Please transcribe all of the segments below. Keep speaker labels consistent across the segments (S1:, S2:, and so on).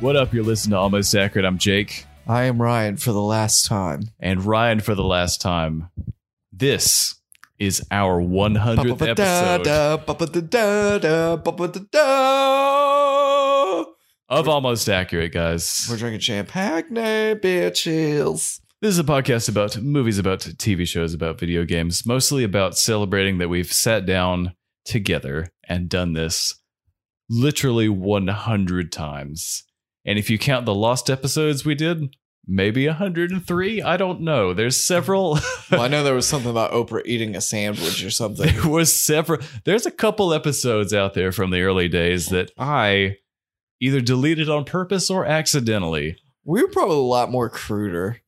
S1: What up? You're listening to Almost Accurate. I'm Jake
S2: I am Ryan for the last time.
S1: and Ryan for the last time. This is our 100th episode
S2: Ba-ba-da-da, ba-ba-da-da, ba-ba-da-da.
S1: of Almost Accurate, guys.
S2: We're drinking champagne, beer chills.
S1: This is a podcast about movies, about TV shows, about video games, mostly about celebrating that we've sat down together and done this literally 100 times. And if you count the lost episodes we did, maybe 103. I don't know. There's several.
S2: Well, I know there was something about Oprah eating a sandwich or something.
S1: there was several there's a couple episodes out there from the early days that i either deleted on purpose or accidentally
S2: We were probably a lot more cruder.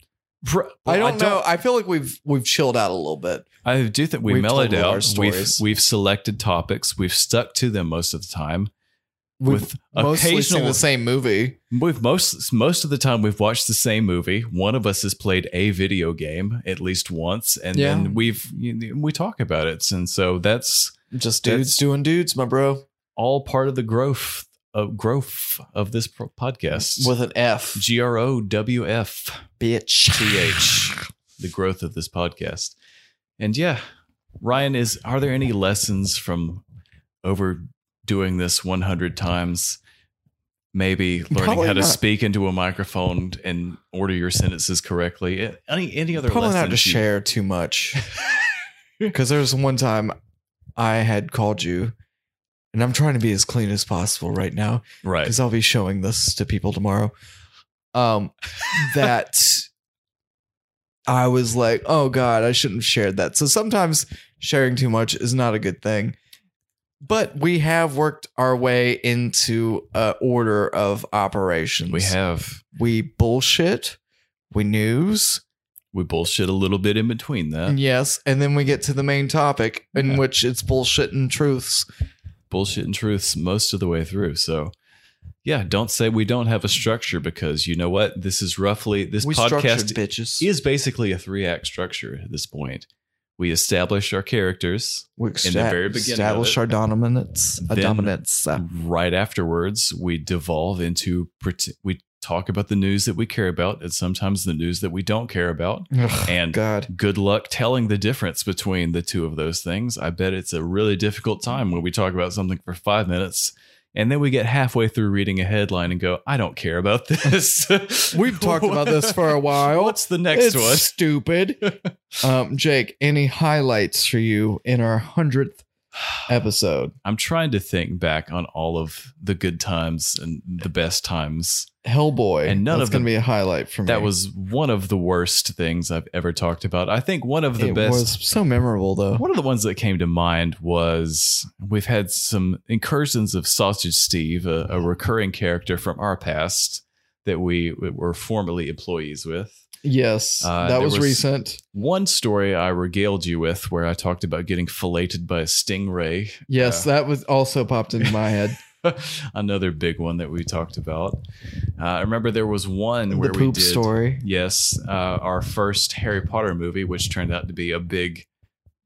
S1: Pro-
S2: I don't know. I feel like we've we've chilled out a little bit.
S1: i do think we
S2: We've
S1: mellowed
S2: told all our
S1: out we've,
S2: stories.
S1: we've selected topics we've stuck to them most of the time
S2: We've
S1: with
S2: mostly seen
S1: occasional
S2: the same movie.
S1: We've most most of the time we've watched the same movie. One of us has played a video game at least once, and
S2: Yeah.
S1: then we've we talk about it. And so that's
S2: Just
S1: That's-
S2: dudes doing dudes, my bro.
S1: all part of the growth of growth of this pro- podcast.
S2: With an F.
S1: G R O W F
S2: bitch.
S1: T H, the growth of this podcast. And yeah, Ryan, is are there any lessons from overdoing this 100 times? Maybe learning
S2: Probably
S1: how to
S2: not.
S1: speak into a microphone and order your sentences correctly. Any any other
S2: probably
S1: lessons?
S2: not to
S1: you-
S2: share too much because there was one time i had called you and i'm trying to be as clean as possible right now
S1: Right.
S2: because i'll be showing this to people tomorrow um that i was like oh god i shouldn't have shared that so sometimes sharing too much is not a good thing but we have worked our way into a order of operations
S1: We have
S2: we bullshit we news
S1: we bullshit a little bit in between
S2: Mm.
S1: that.
S2: Yes, and then we get to the main topic in
S1: Uh, Yeah.
S2: which it's bullshit and truths.
S1: bullshit and truths most of the way through. So, yeah, don't say we don't have a structure because you know what? This is roughly this
S2: we structured
S1: podcast
S2: bitches.
S1: is basically a three act structure at this point. We establish our characters.
S2: we
S1: the
S2: esta-
S1: very beginning of
S2: establish
S1: it.
S2: our dominance, a
S1: Then-
S2: dominance. Uh,
S1: Right afterwards, we devolve into pret- we talk about the news that we care about and sometimes the news that we don't care about.
S2: ugh,
S1: And
S2: God,
S1: good luck telling the difference between the two of those things. I bet it's a really difficult time when we talk about something for five minutes and then we get halfway through reading a headline and go, I don't care about this.
S2: we've talked about this for a while.
S1: What's the next
S2: it's stupid. um, Jake, any highlights for you in our hundredth
S1: one?
S2: episode?
S1: I'm trying to think back on all of the good times and the best times.
S2: Hellboy,
S1: And none
S2: that's
S1: of
S2: gonna
S1: them-
S2: be a highlight for me.
S1: That was one of the worst things I've ever talked about. I think one of the
S2: it
S1: best
S2: was uh, so memorable though.
S1: One of the ones that came to mind was we've had some incursions of Sausage Steve, a, a recurring character from our past that we were formerly employees with.
S2: Yes,
S1: Uh,
S2: that
S1: there
S2: was,
S1: was-
S2: recent.
S1: One story I regaled you with where I talked about getting filleted by a stingray.
S2: Yes, that was also popped into my head.
S1: Another big one that we talked about. Uh, I remember there was one where
S2: the poop
S1: we did,
S2: story.
S1: Yes, uh, our first Harry Potter movie, which turned out to be a big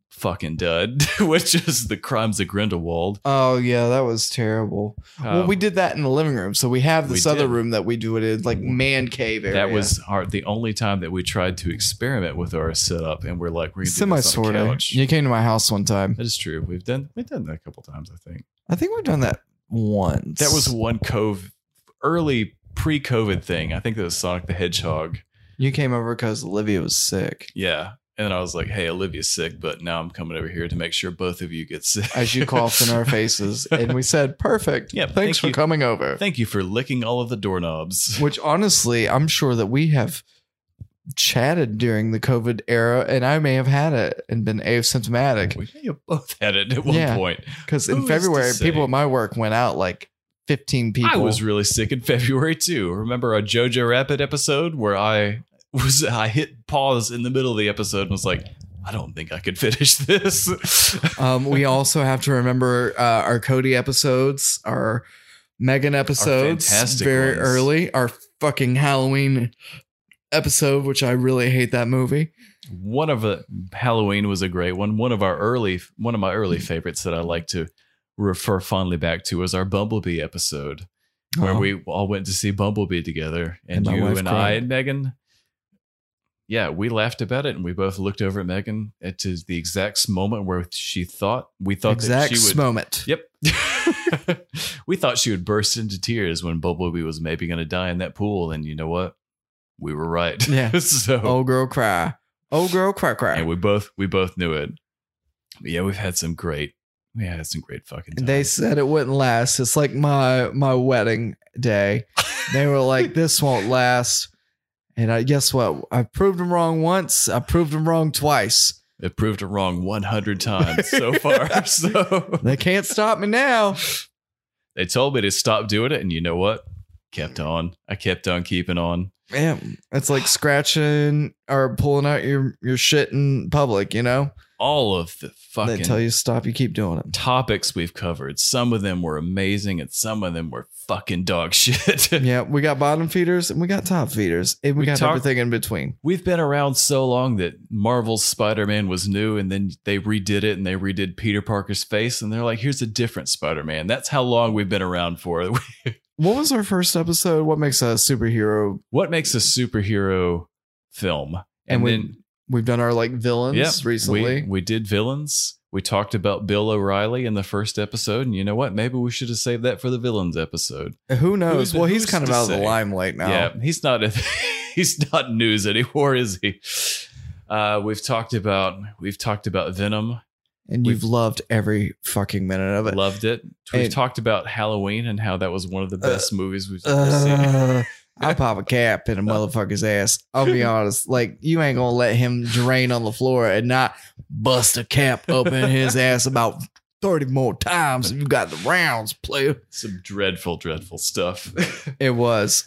S1: fucking dud, which is The Crimes of Grindelwald.
S2: Oh yeah, that was terrible. well,
S1: Um,
S2: we did that in the living room, so we have this
S1: we
S2: other
S1: did.
S2: room that we do it in, like man cave area.
S1: That was our the only time that we tried to experiment with our setup, and we're like, we're
S2: semi
S1: gonna do this on
S2: sort
S1: the
S2: of.
S1: couch.
S2: You came to my house one time.
S1: That is true. We've done we've done that a couple times, I think.
S2: I think we've done that once.
S1: That was one cove early pre-COVID thing. I think that was Sonic the Hedgehog.
S2: you came over because Olivia was sick.
S1: Yeah, And I was like, hey, Olivia's sick, but now I'm coming over here to make sure both of you get sick.
S2: as you coughed in our faces, and we said, "Perfect.
S1: Yeah,
S2: thanks
S1: thank
S2: for
S1: you.
S2: coming over."
S1: Thank you for licking all of the doorknobs.
S2: Which honestly, I'm sure that we have chatted during the COVID era, and I may have had it and been asymptomatic
S1: We may have both had it at one
S2: Yeah.
S1: point.
S2: because
S1: Who
S2: in
S1: is to
S2: February,
S1: say?
S2: people at my work went out like 15 people.
S1: I was really sick in February too. Remember a Jojo Rabbit episode where I was I hit pause in the middle of the episode and was like, I don't think I could finish this.
S2: um, we also have to remember uh, our Cody episodes, our Megan episodes,
S1: fantastic
S2: very
S1: ones.
S2: early, our fucking Halloween episode, which I really hate that movie.
S1: one of the Halloween was a great one. One of our early one of my early
S2: Mm-hmm.
S1: favorites that I like to refer fondly back to was our Bumblebee episode where
S2: Oh.
S1: we all went to see Bumblebee together and,
S2: And my
S1: you
S2: wife
S1: and I
S2: cried.
S1: and Megan yeah, we laughed about it and we both looked over at Megan at to the exact moment where she thought we thought
S2: exact
S1: that she would
S2: moment.
S1: Yep. we thought she would burst into tears when Bumblebee was maybe going to die in that pool. And you know what? We were right.
S2: Yeah.
S1: so,
S2: Old girl cry. Old girl cry cry.
S1: and we both, we both knew it. But yeah, we've had some great, we had some great fucking times.
S2: They said it wouldn't last. It's like my my wedding day. They were like, "This won't last." And I guess what? I proved them wrong once. I proved them wrong twice.
S1: They've proved it wrong 100 times so far. so
S2: They can't stop me now.
S1: they told me to stop doing it. And you know what? Kept on. I kept on keeping on.
S2: Man, it's like scratching or pulling out your your shit in public. You know,
S1: All of the
S2: they tell
S1: fucking
S2: you to stop, you keep doing it.
S1: topics we've covered. Some of them were amazing and some of them were fucking dog shit.
S2: Yeah, we got bottom feeders and we got top feeders, and we,
S1: We
S2: got
S1: talk-
S2: everything in between.
S1: We've been around so long that Marvel's Spider Man was new, and then they redid it and they redid Peter Parker's face, and they're like, here's a different Spider Man. That's how long we've been around for.
S2: What was our first episode? What makes a superhero?
S1: what makes a superhero film?
S2: And, we we've done our like villains
S1: yeah, we,
S2: recently.
S1: we did villains. We talked about Bill O'Reilly in the first episode, and you know what? Maybe we should have saved that for the villains episode.
S2: Who knows?
S1: Who's-
S2: well, he's
S1: who's
S2: kind of
S1: to
S2: out of the
S1: say?
S2: limelight now.
S1: Yeah, he's not a, he's not news anymore, is he? Uh, we've talked about we've talked about Venom.
S2: And you've
S1: We've-
S2: loved every fucking minute of it.
S1: loved it. We've
S2: and-
S1: talked about Halloween and how that was one of the best movies we've ever seen.
S2: Uh, I pop a cap in a motherfucker's ass. I'll be honest. Like, you ain't gonna let him drain on the floor and not bust a cap up in his ass about 30 more times. if You got the rounds, player.
S1: Some dreadful, dreadful stuff.
S2: It was.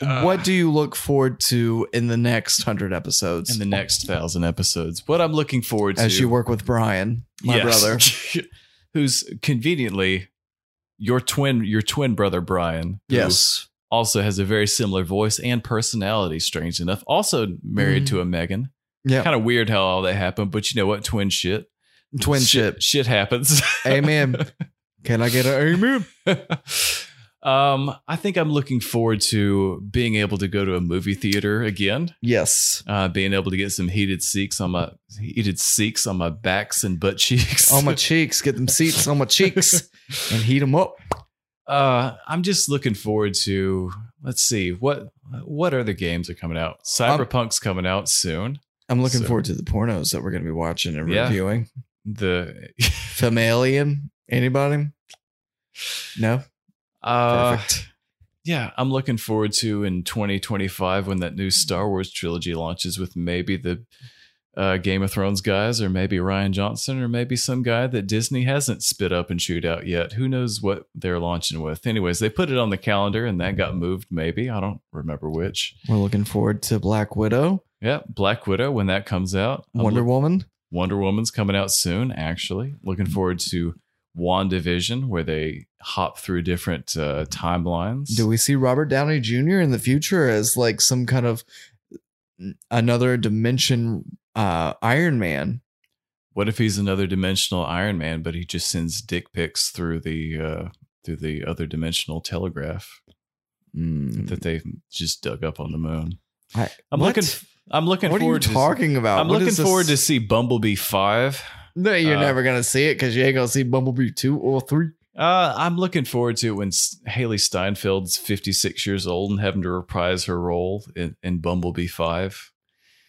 S1: Uh,
S2: what do you look forward to in the next 100 episodes?
S1: in the next thousand episodes? What I'm looking forward to,
S2: as you work with Brian, my
S1: Yes.
S2: brother.
S1: who's conveniently your twin, your twin brother Brian. who
S2: Yes.
S1: also has a very similar voice and personality. Strange enough, also married
S2: Mhm.
S1: to a Megan.
S2: Yeah.
S1: Kind of weird how all that happened, but you know what? Twin shit.
S2: Twin
S1: shit.
S2: ship.
S1: Shit happens.
S2: Amen. Can I get an amen?
S1: um, I think I'm looking forward to being able to go to a movie theater again.
S2: Yes.
S1: Uh, being able to get some heated seeks on my heated seeks on my backs and butt cheeks.
S2: on Oh my cheeks. Get them seats on my cheeks and heat them up.
S1: uh, I'm just looking forward to. Let's see what what other games are coming out.
S2: Um,
S1: Cyberpunk's coming out soon.
S2: I'm looking
S1: So-
S2: forward to the pornos that we're going to be watching and
S1: Yeah.
S2: reviewing.
S1: The
S2: Familian? Anybody? No.
S1: uh,
S2: Perfect.
S1: yeah, I'm looking forward to in 2025 when that new Star Wars trilogy launches with maybe the uh, Game of Thrones guys, or maybe Ryan Johnson, or maybe some guy that Disney hasn't spit up and shoot out yet. Who knows what they're launching with? Anyways, they put it on the calendar and that got moved, maybe. I don't remember which.
S2: We're looking forward to Black Widow,
S1: Yeah, Black Widow when that comes out. I'm
S2: Wonder
S1: look-
S2: Woman.
S1: Wonder Woman's coming out soon, actually. Looking forward to WandaVision where they hop through different uh, timelines.
S2: Do we see Robert Downey Jr. in the future as like some kind of another dimension uh, Iron Man?
S1: What if he's another dimensional Iron Man, but he just sends dick pics through the uh, through the other dimensional telegraph
S2: Mm.
S1: that they just dug up on the moon?
S2: I-
S1: Hmm. I'm
S2: what?
S1: looking. I'm looking
S2: What are you
S1: forward.
S2: talking
S1: to,
S2: about?
S1: I'm
S2: What
S1: looking
S2: is this?
S1: forward to see Bumblebee five.
S2: No, you're
S1: uh,
S2: never gonna see it because you ain't gonna see Bumblebee two or three.
S1: Uh, I'm looking forward to it when S- Haley Steinfeld's 56 years old and having to reprise her role in, in Bumblebee five.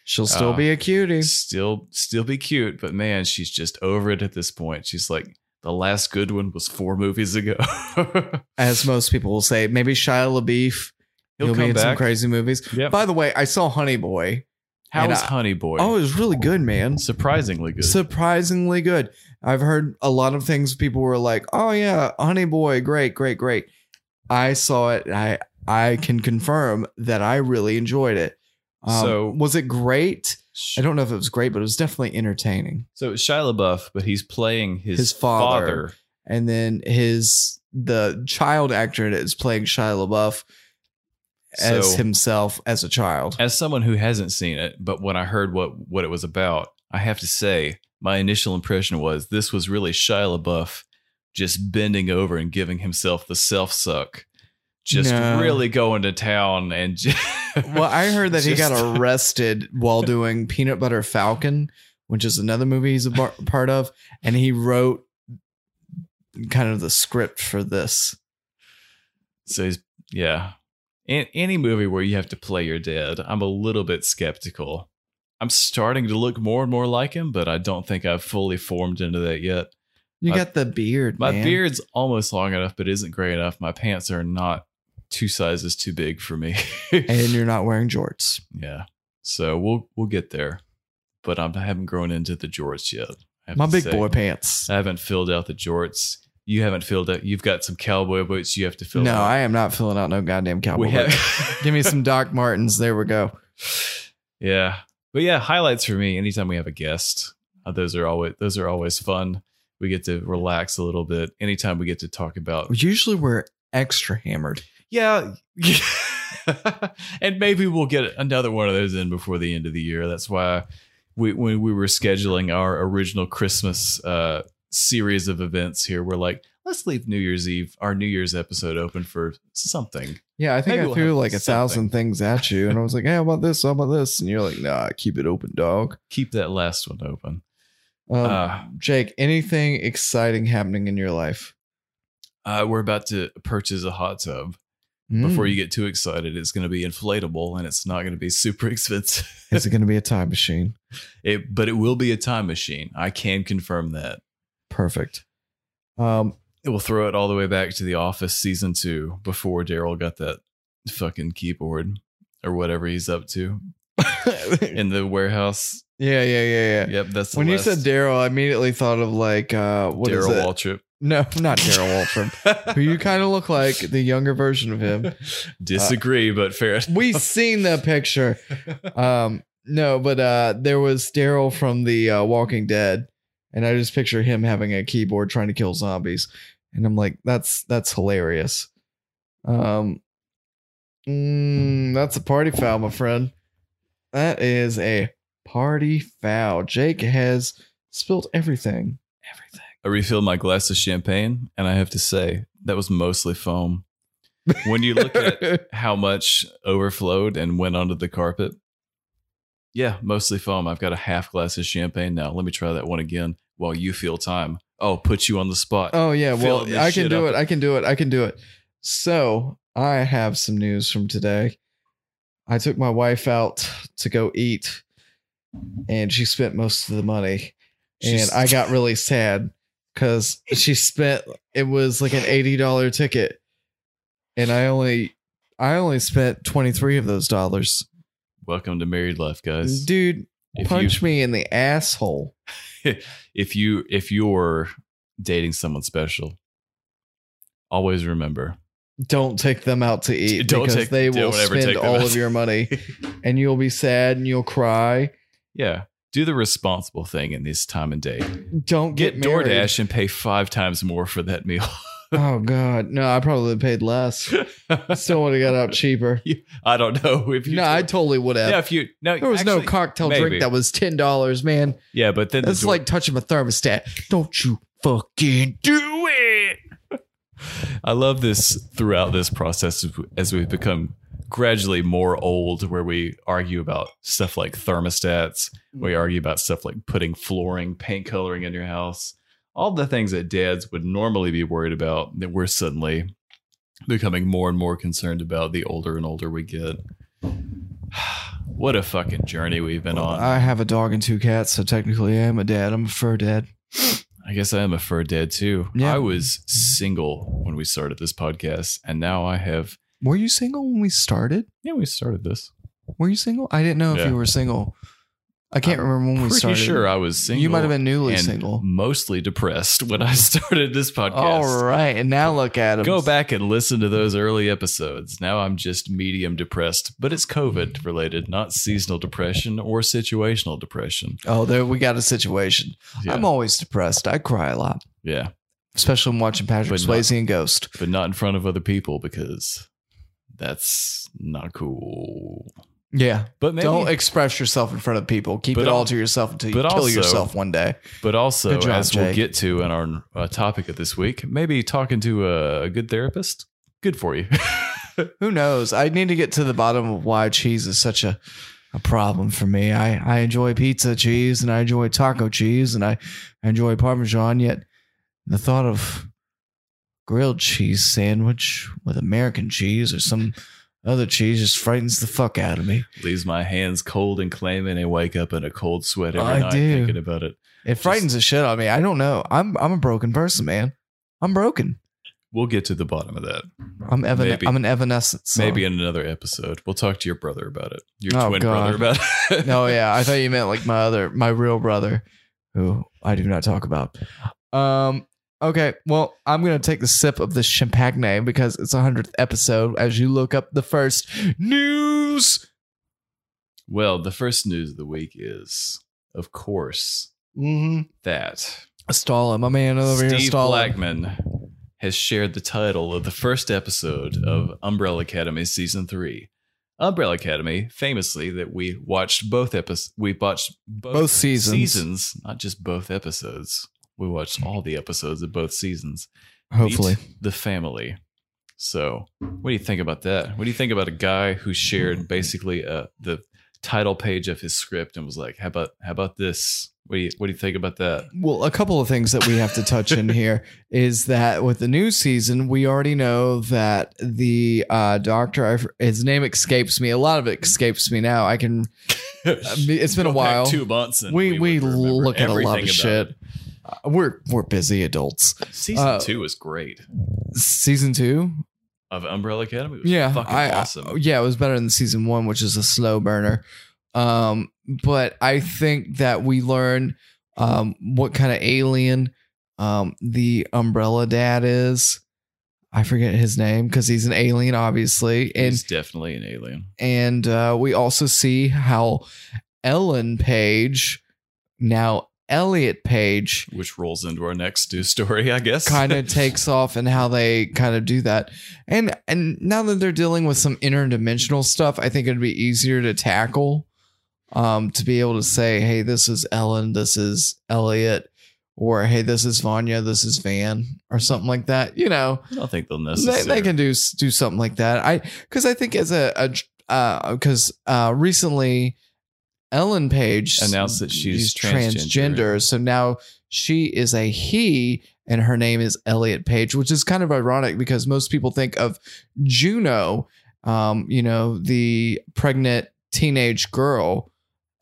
S2: She'll still
S1: Uh,
S2: be a cutie.
S1: still still be cute, but man, she's just over it at this point. She's like, the last good one was four movies ago.
S2: As most people will say, maybe Shia LaBeouf. He'll, be in some crazy movies.
S1: Yep.
S2: By the way, I saw Honey Boy.
S1: How
S2: and
S1: is
S2: I-
S1: Honey Boy?
S2: Oh, it was really good, man.
S1: surprisingly good.
S2: Surprisingly good. I've heard a lot of things people were like, "Oh yeah, Honey Boy, great, great, great." I saw it. and I I can confirm that I really enjoyed it. Um,
S1: So-
S2: was it great? I don't know if it was great, but it was definitely entertaining.
S1: so it's Shia LaBeouf, but he's playing his,
S2: His father. And then his the child actor that is playing Shia LaBeouf as
S1: So-
S2: himself as a child.
S1: As someone who hasn't seen it, but when I heard what what it was about, I have to say my initial impression was this was really Shia LaBeouf just bending over and giving himself the self suck, just
S2: No.
S1: really going to town and. Just,
S2: Well, I heard that he got
S1: Just-
S2: arrested while doing Peanut Butter Falcon, which is another movie he's a bar- part of, and he wrote kind of the script for this.
S1: So he's yeah. In any movie where you have to play your dad, I'm a little bit skeptical. I'm starting to look more and more like him, but I don't think I've fully formed into that yet.
S2: You
S1: My-
S2: got the beard,
S1: My
S2: man.
S1: beard's almost long enough, but isn't gray enough. My pants are not two sizes too big for me.
S2: and you're not wearing jorts.
S1: yeah. So we'll we'll get there. But I'm, I haven't grown into the jorts yet. I have
S2: My
S1: to
S2: big
S1: say.
S2: boy pants.
S1: I haven't filled out the jorts. You haven't filled out. You've got some cowboy boots you have to fill
S2: No,
S1: out.
S2: I am not filling out no goddamn cowboy.
S1: we have,
S2: boots. Give me some Doc Martens. There we go.
S1: yeah but yeah highlights for me anytime we have a guest uh, those are always those are always fun we get to relax a little bit anytime we get to talk about
S2: Usually we're extra hammered.
S1: yeah and maybe we'll get another one of those in before the end of the year that's why we when we were scheduling our original christmas uh series of events here we're like let's leave new year's eve our new year's episode open for something
S2: Yeah, I think
S1: Maybe
S2: I
S1: we'll
S2: threw
S1: have
S2: like a thousand things at you, and I was like, "Hey, how about this? How about this?" And you're like, "Nah, keep it open, dog."
S1: keep that last one open
S2: Um,
S1: Uh,
S2: Jake, anything exciting happening in your life
S1: uh we're about to purchase a hot tub
S2: Hmm?
S1: before you get too excited. It's going to be inflatable and it's not going to be super expensive.
S2: Is it going to be a time machine?
S1: It, but it will be a time machine. I can confirm that.
S2: Perfect. Um,
S1: It will throw it all the way back to the office season two before Daryl got that fucking keyboard or whatever he's up to
S2: yeah,
S1: in the warehouse.
S2: yeah, yeah, yeah.
S1: Yep, that's the
S2: when you
S1: last
S2: said Daryl, I immediately thought of like uh, what is
S1: Daryl
S2: it? Uh,
S1: Waltrip.
S2: No, not Daryl Waltrip. who you kind of look like the younger version of him.
S1: Disagree, but fair.
S2: We seen the picture. Um, no, but uh, there was Daryl from the uh, Walking Dead, and I just picture him having a keyboard trying to kill zombies, and I'm like, that's that's hilarious. Um, mm, that's a party foul, my friend. That is a party foul. Jake has spilled everything. Everything.
S1: I refilled my glass of champagne, and I have to say that was mostly foam. When you look at how much overflowed and went onto the carpet. Yeah, mostly foam. I've got a half glass of champagne now. Let me try that one again while you feel time. Oh, put you on the spot.
S2: Oh yeah,
S1: Fill
S2: well
S1: this
S2: I can
S1: shit
S2: do
S1: up.
S2: it. I can do it. I can do it. So I have some news from today. I took my wife out to go eat, and she spent most of the money,
S1: She's-
S2: and I got really sad because she spent it was like an eighty dollar ticket, and I only I only spent twenty three of those dollars.
S1: Welcome to married life, guys.
S2: Dude,
S1: if
S2: punch me in the asshole.
S1: you if you if you're dating someone special, always remember.
S2: don't take them out to eat
S1: Don't
S2: because
S1: take-
S2: they will
S1: don't ever
S2: spend
S1: take them
S2: all
S1: out.
S2: of your money and you'll be sad and you'll cry.
S1: Yeah. Do the responsible thing in this time and day.
S2: Don't get,
S1: Get
S2: married.
S1: DoorDash and pay five times more for that meal.
S2: Oh god, no, I probably paid less. Still would have got out cheaper.
S1: I don't know if you
S2: No, I totally would have.
S1: yeah, if you no
S2: there was no
S1: actually-
S2: cocktail
S1: maybe.
S2: drink that was ten dollars, man.
S1: Yeah, but then the
S2: That's
S1: door-
S2: like touching a thermostat. Don't you fucking do it.
S1: I love this throughout this process of- as we've become gradually more old, where we argue about stuff like thermostats,
S2: Mm.
S1: we argue about stuff like putting flooring, paint coloring in your house, all the things that dads would normally be worried about that we're suddenly becoming more and more concerned about the older and older we get. What a fucking journey we've been on.
S2: I have a dog and two cats, so technically I am a dad. I'm a fur dad.
S1: I guess I am a fur dad too.
S2: Yeah.
S1: I was single when we started this podcast, and now I have.
S2: Were you single when we started?
S1: Yeah, we started this.
S2: Were you single? I didn't know if
S1: Yeah.
S2: you were single. I can't remember when we
S1: Pretty
S2: started.
S1: sure I was single.
S2: You might have been newly
S1: and
S2: single.
S1: mostly depressed when I started this podcast.
S2: All right, and now look at him.
S1: Go back and listen to those early episodes. Now I'm just medium depressed, but it's COVID related, not seasonal depression or situational depression.
S2: Oh, there we got a situation.
S1: Yeah,
S2: I'm always depressed. I cry a lot,
S1: yeah.
S2: especially when watching Patrick
S1: But not-
S2: Swayze and Ghost.
S1: but not in front of other people because that's not cool.
S2: Yeah,
S1: But maybe,
S2: don't express yourself in front of people. Keep
S1: But
S2: it
S1: al-
S2: all to yourself until you
S1: but
S2: kill
S1: also-
S2: yourself one day.
S1: But also,
S2: Good job,
S1: as we'll
S2: Jake.
S1: get to in our uh, topic of this week, maybe talking to a, a good therapist, good for you.
S2: Who knows? I need to get to the bottom of why cheese is such a, a problem for me. I, I enjoy pizza cheese and I enjoy taco cheese and I, I enjoy Parmesan, yet the thought of grilled cheese sandwich with American cheese or some other cheese just frightens the fuck out of me.
S1: Leaves my hands cold and clammy, and I wake up in a cold sweat every
S2: I
S1: night
S2: do.
S1: thinking about it.
S2: It frightens the shit out of me. I don't know. I'm I'm a broken person, man. I'm broken.
S1: We'll get to the bottom of that.
S2: I'm evan-
S1: Maybe.
S2: I'm an evanescent. son.
S1: Maybe in another episode. We'll talk to your brother about it. Your
S2: Oh,
S1: twin
S2: God.
S1: brother about it.
S2: no, yeah, I thought you meant like my other, my real brother, who I do not talk about. Um, okay, well, I'm gonna take the sip of this champagne because it's a hundredth episode. As you look up the first news,
S1: Well, the first news of the week is, of course,
S2: mm-hmm.
S1: that
S2: Stalin, my man over here,
S1: Steve
S2: Stalin.
S1: Blackman has shared the title of the first episode of Umbrella Academy season three. Umbrella Academy, famously, that we watched both episodes. We watched both,
S2: Both seasons.
S1: seasons, not just both episodes. We watched all the episodes of both seasons.
S2: Hopefully,
S1: Meet the family. So, what do you think about that? What do you think about a guy who shared basically uh, the title page of his script and was like, "How about how about this? What do you what do you think about that?"
S2: Well, a couple of things that we have to touch in here is that with the new season, we already know that the uh, doctor, I- his name escapes me. A lot of it escapes me now. I can, it's been a
S1: Go back
S2: while.
S1: Two months. And
S2: we we,
S1: would remember
S2: look at a
S1: everything
S2: lot
S1: about
S2: of shit.
S1: it.
S2: Uh, We're we're busy adults.
S1: Season
S2: Uh,
S1: two was great.
S2: Season two,
S1: Of Umbrella Academy, was
S2: yeah,
S1: fucking
S2: I- I-
S1: awesome.
S2: yeah, it was better than season one, which is a slow burner. Um, but I think that we learn um what kind of alien um the Umbrella Dad is. I forget his name because he's an alien, obviously, and
S1: He's definitely an alien.
S2: and uh, we also see how Ellen Page now Elliot Page
S1: Which rolls into our next news story, I guess.
S2: kind of takes off and how they kind of do that. And and now that they're dealing with some interdimensional stuff, I think it'd be easier to tackle. Um, to be able to say, hey, this is Ellen, this is Elliot, or hey, this is Vanya, this is Van, or something like that. You know,
S1: I don't think they'll
S2: they,
S1: necessarily.
S2: they can do do something like that. I because I think as a because uh, recently Ellen Page
S1: Announced that she's
S2: is
S1: transgender.
S2: so now she is a he, and her name is Elliot Page, which is kind of ironic because most people think of Juno, um, you know, the pregnant teenage girl,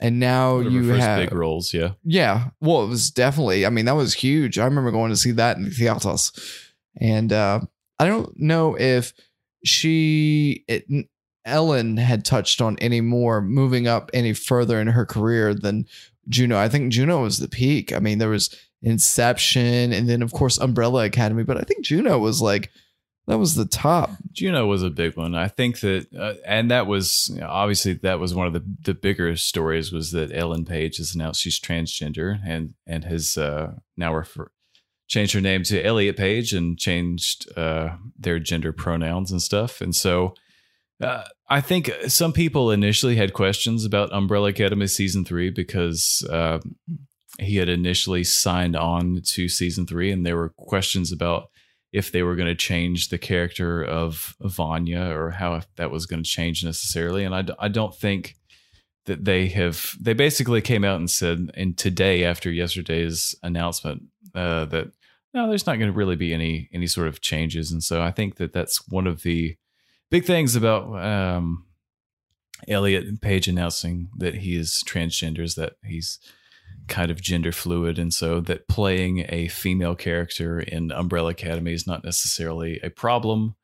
S2: and now
S1: One of her
S2: you
S1: first
S2: have
S1: big roles, yeah.
S2: yeah. Well, it was definitely, I mean, that was huge. I remember going to see that in the theaters. And uh, I don't know if she, it, Ellen, had touched on any more moving up any further in her career than Juno. I think Juno was the peak. I mean, there was Inception and then, of course, Umbrella Academy. But I think Juno was like, that was the top.
S1: Juno was a big one. I think that, uh, and that was you know, obviously that was one of the the bigger stories was that Ellen Page has announced she's transgender and and has uh, now refer, changed her name to Elliot Page and changed uh, their gender pronouns and stuff. And so, uh, I think some people initially had questions about Umbrella Academy season three because. Uh, he had initially signed on to season three, and there were questions about if they were going to change the character of Vanya or how that was going to change necessarily. And I, d- I don't think that they have, they basically came out and said, and today after yesterday's announcement, uh, that no, there's not going to really be any, any sort of changes. And so I think that that's one of the big things about, um, Elliot and Page announcing that he is transgender, is that he's kind of gender fluid, and so that playing a female character in Umbrella Academy is not necessarily a problem.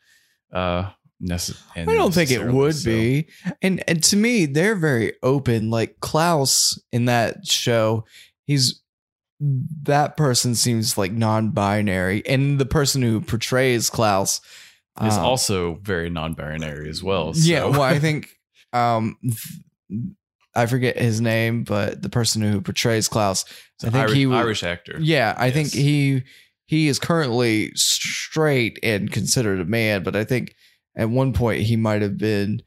S1: Uh, nece- and
S2: I don't think it
S1: necessarily
S2: would
S1: so.
S2: be. And and to me, they're very open. Like Klaus in that show, he's that person seems like non-binary, and the person who portrays Klaus
S1: Is
S2: um,
S1: also very non-binary as well.
S2: yeah.
S1: so-
S2: Well, I think um, th- I forget his name, but the person who portrays Klaus, I think
S1: Irish,
S2: he was
S1: Irish actor.
S2: Yeah, I think
S1: Yes.
S2: he he is currently straight and considered a man, but I think at one point he might have been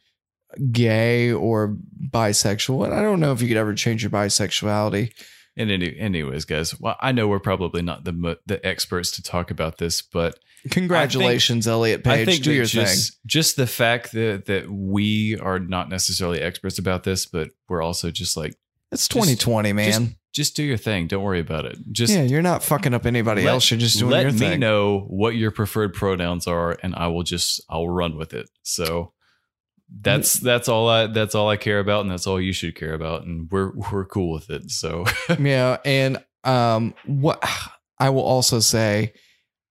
S2: gay or bisexual. And I don't know if you could ever change your bisexuality.
S1: And any, anyways, guys, well, I know we're probably not the mo- the experts to talk about this, but
S2: Congratulations, Elliot Page.
S1: I think
S2: Do
S1: that
S2: your
S1: just, just the fact that that we are not necessarily experts about this, but we're also just like,
S2: thing. It's 2020, man.
S1: just, just do your thing. Don't worry about it. Just
S2: yeah, you're not fucking up anybody
S1: let-
S2: else. You're just doing
S1: let
S2: your
S1: me
S2: thing.
S1: know what your preferred pronouns are, and I will just I'll run with it. So that's
S2: Mm.
S1: that's all I that's all I care about, and that's all you should care about, and we're we're cool with it. So
S2: yeah, and um, what I will also say,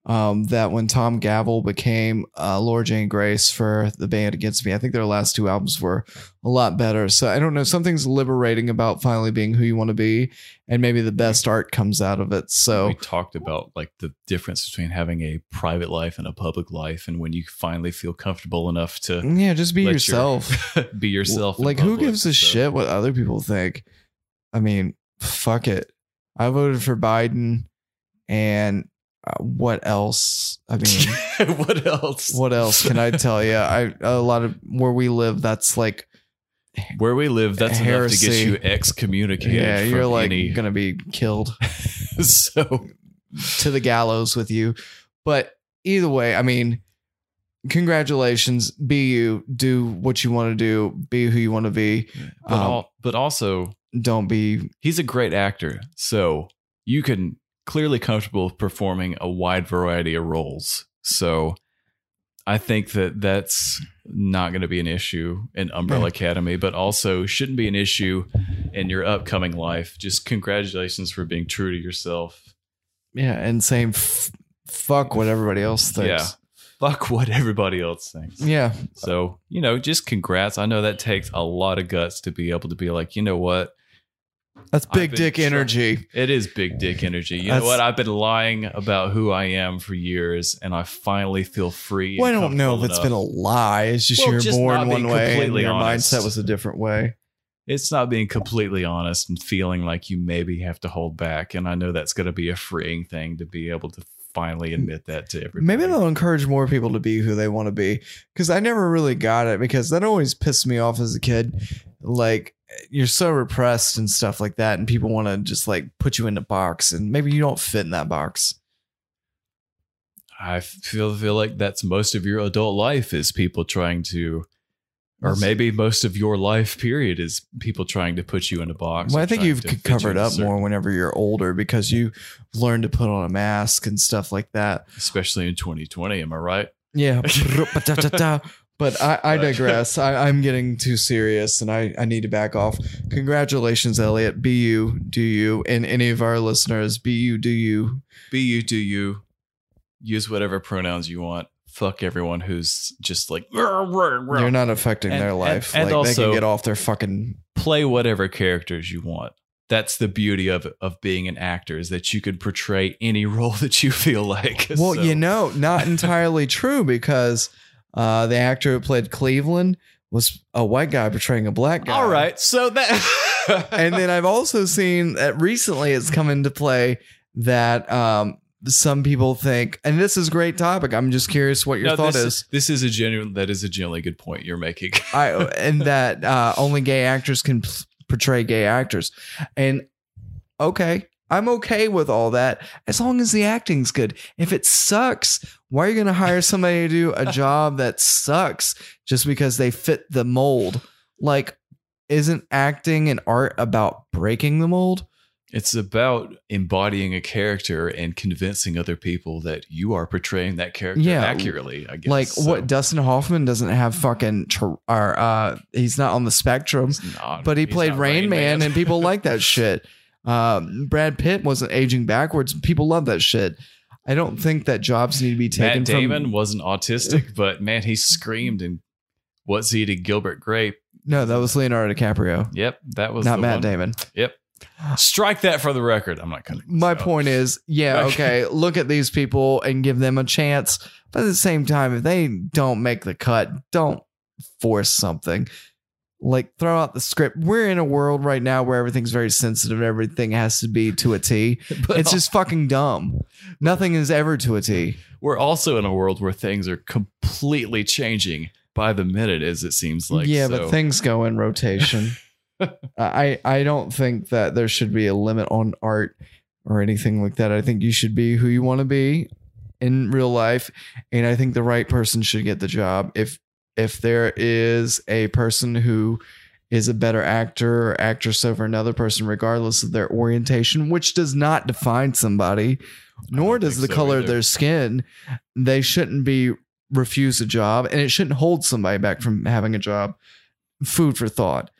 S2: um, that when Tom Gavel became uh, Laura Jane Grace for the band Against Me, I think their last two albums were a lot better. So I don't know, something's liberating about finally being who you want to be, and maybe the best art comes out of it. So
S1: we talked about like the difference between having a private life and a public life, and when you finally feel comfortable enough to
S2: yeah, just Mm, be
S1: let your-
S2: yourself.
S1: be yourself. in
S2: Like, who
S1: public,
S2: gives a
S1: so.
S2: shit what other people think? I mean, fuck it. I voted for Biden, and uh, what else? I mean.
S1: what else?
S2: What else can I tell you? I a lot of where we live, that's like
S1: Where we live, that's enough to
S2: Heresy.
S1: get you excommunicated.
S2: yeah, you're
S1: from
S2: like
S1: any-
S2: gonna be killed
S1: so
S2: to the gallows with you. But either way, I mean, congratulations. Be you, do what you want to do, be who you want to be.
S1: but,
S2: Um,
S1: al- but also
S2: Don't be
S1: he's a great actor so you can clearly comfortable performing a wide variety of roles so i think that that's not going to be an issue in umbrella
S2: Yeah.
S1: academy but also shouldn't be an issue in your upcoming life just congratulations for being true to yourself
S2: yeah, and saying f- fuck what everybody else thinks.
S1: fuck what everybody else thinks
S2: Yeah.
S1: So, you know, just congrats. I know that takes a lot of guts to be able to be like, you know what?
S2: That's
S1: I've
S2: big
S1: been
S2: dick
S1: tr-
S2: energy.
S1: It is big dick energy. You know
S2: That's-
S1: what? I've been lying about who I am for years and I finally feel free.
S2: Well, I
S1: and
S2: don't know if
S1: comfortable enough.
S2: it's been a lie. It's just
S1: Well,
S2: you're
S1: just not
S2: born
S1: being
S2: one way and
S1: completely
S2: your
S1: honest.
S2: mindset was a different way.
S1: It's not being completely honest and feeling like you maybe have to hold back. And I know that's going to be a freeing thing to be able to finally admit that to everybody.
S2: Maybe they'll encourage more people to be who they want to be. Because I never really got it because that always pissed me off as a kid. Like you're so repressed and stuff like that, and people want to just like put you in a box, and maybe you don't fit in that box.
S1: I feel feel like that's most of your adult life is people trying to, or
S2: Yes.
S1: maybe most of your life period is people trying to put you in a box.
S2: Well,
S1: or
S2: I think
S1: trying
S2: you've
S1: to
S2: c-
S1: fit you
S2: covered
S1: in a
S2: up
S1: certain-
S2: more whenever you're older because you learn to put on a mask and stuff like that.
S1: especially in 2020. Am I right?
S2: Yeah. But I, I digress. I, I'm getting too serious and I, I need to back off. Congratulations, Elliot. Be you, do you, and any of our listeners, be you, do you.
S1: Be you, do you, use whatever pronouns you want. Fuck everyone who's just like
S2: You're not affecting
S1: And-
S2: their
S1: and-
S2: life.
S1: and
S2: like they
S1: also-
S2: can get off their fucking
S1: play whatever characters you want. That's the beauty of of being an actor is that you can portray any role that you feel like.
S2: Well,
S1: So-
S2: you know, not entirely true because uh, the actor who played Cleveland was a white guy portraying a black guy.
S1: All right, so that
S2: and then I've also seen that recently it's come into play that um, some people think, and this is a great topic. I'm just curious what your
S1: No,
S2: thought
S1: this
S2: is.
S1: this is a genuine that is a genuinely good point you're making.
S2: I and that uh, only gay actors can p- portray gay actors, and okay, I'm okay with all that as long as the acting's good. If it sucks, why are you going to hire somebody to do a job that sucks just because they fit the mold? Like, isn't acting and art about breaking the mold?
S1: It's about embodying a character and convincing other people that you are portraying that character
S2: Yeah.
S1: accurately. I guess
S2: Like
S1: So
S2: what Dustin Hoffman doesn't have fucking tr- or uh he's not on the spectrum,
S1: it's not-
S2: but he
S1: he's
S2: played
S1: not
S2: Rain, Man, and people like that shit. Um, Brad Pitt wasn't aging backwards. People love that shit. I don't think that jobs need to be taken
S1: Matt Damon
S2: from.
S1: wasn't autistic, but man, he screamed and what's he to Gilbert Grape?
S2: No, that was Leonardo DiCaprio,
S1: Yep, that was
S2: not
S1: the
S2: Matt
S1: one.
S2: Damon.
S1: Yep, strike that for the record. I'm not cutting. this
S2: My
S1: out.
S2: point is, yeah,
S1: Okay.
S2: okay, look at these people and give them a chance. But at the same time, if they don't make the cut, don't force something. Like throw out the script. We're in a world right now where everything's very sensitive. Everything has to be to a T.
S1: But
S2: it's just fucking dumb. Nothing is ever to a T.
S1: we're also in a world where things are completely changing by the minute, as it seems like.
S2: yeah,
S1: So,
S2: but things go in rotation. I I don't think that there should be a limit on art or anything like that. I think you should be who you want to be in real life, and I think the right person should get the job. If if there is a person who is a better actor or actress over another person, regardless of their orientation, which does not define somebody, nor
S1: don't
S2: does the
S1: think so
S2: color of
S1: either.
S2: their skin, they shouldn't be refused a job, and it shouldn't hold somebody back from having a job. Food for thought.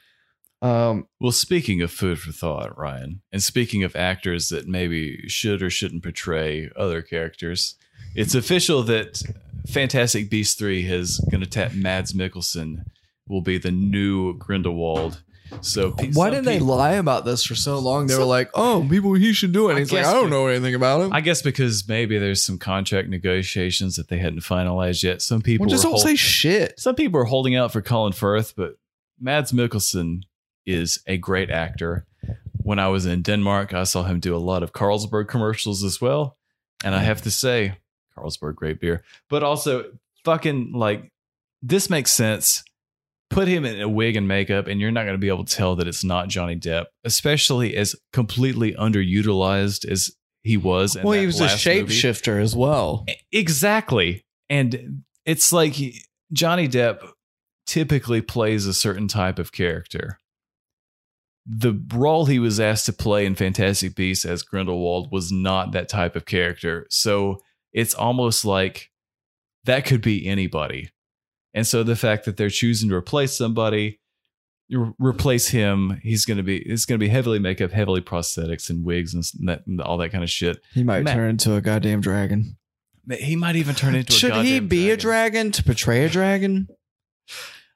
S2: Um,
S1: well, speaking of food for thought, Ryan, and speaking of actors that maybe should or shouldn't portray other characters, it's official that Fantastic Beasts three has going to tap Mads Mikkelsen will be the new Grindelwald. So pe-
S2: Why
S1: some
S2: did they
S1: people-
S2: lie about this for so long? They were like, "Oh, people, he should do it." And
S1: I
S2: he's like,
S1: guess
S2: "I don't
S1: be-
S2: know anything about him."
S1: I guess because maybe there's some contract negotiations that they hadn't finalized yet. Some people
S2: well, just
S1: were
S2: don't
S1: hol-
S2: say shit.
S1: some people are holding out for Colin Firth, but Mads Mikkelsen is a great actor. When I was in Denmark, I saw him do a lot of Carlsberg commercials as well, and I have to say, Carlsberg great beer, but also fucking like this makes sense. Put him in a wig and makeup, and you're not going to be able to tell that it's not Johnny Depp, especially as completely underutilized as he was. In
S2: Well, he
S1: that
S2: was a
S1: last movie.
S2: shapeshifter as well.
S1: Exactly. And it's like he- Johnny Depp typically plays a certain type of character. The role he was asked to play in Fantastic Beasts as Grindelwald was not that type of character. So it's almost like that could be anybody. And so the fact that they're choosing to replace somebody, re- replace him, he's going to be it's going to be heavily makeup, heavily prosthetics and wigs and, s- and that, and all that kind of shit.
S2: He might
S1: Matt-
S2: turn into a goddamn dragon.
S1: He might even turn into a
S2: Should he
S1: goddamn
S2: be a dragon to portray a dragon?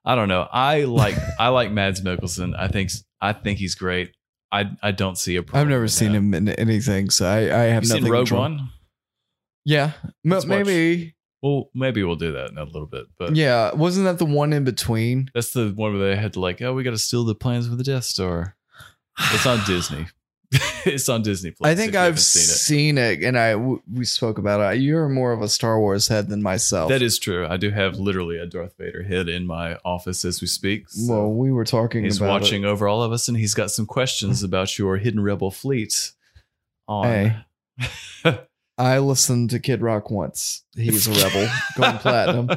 S1: I don't know. I like I like Mads Mikkelsen. I think I think he's great. I I don't see a problem.
S2: I've never
S1: with
S2: seen
S1: that.
S2: him in anything, so I, I have
S1: Have you
S2: nothing.
S1: seen Rogue
S2: control-
S1: One?
S2: Yeah, M-
S1: Let's watch.
S2: maybe.
S1: Well, maybe we'll do that in a little bit. But
S2: Yeah, wasn't that the one in between?
S1: that's the one where they had to like, oh, we got to steal the plans for the Death Star. It's on Disney. it's on Disney Plus.
S2: I
S1: if
S2: think
S1: you haven't
S2: I've seen it. and I w- we spoke about it. You're more of a Star Wars head than myself.
S1: That is true. I do have literally a Darth Vader head in my office as we speak. so
S2: well, we were talking
S1: he's
S2: about it.
S1: watching over all of us, and he's got some questions about your hidden rebel fleet. On
S2: Hey. I listened to Kid Rock once. He's a rebel, going platinum.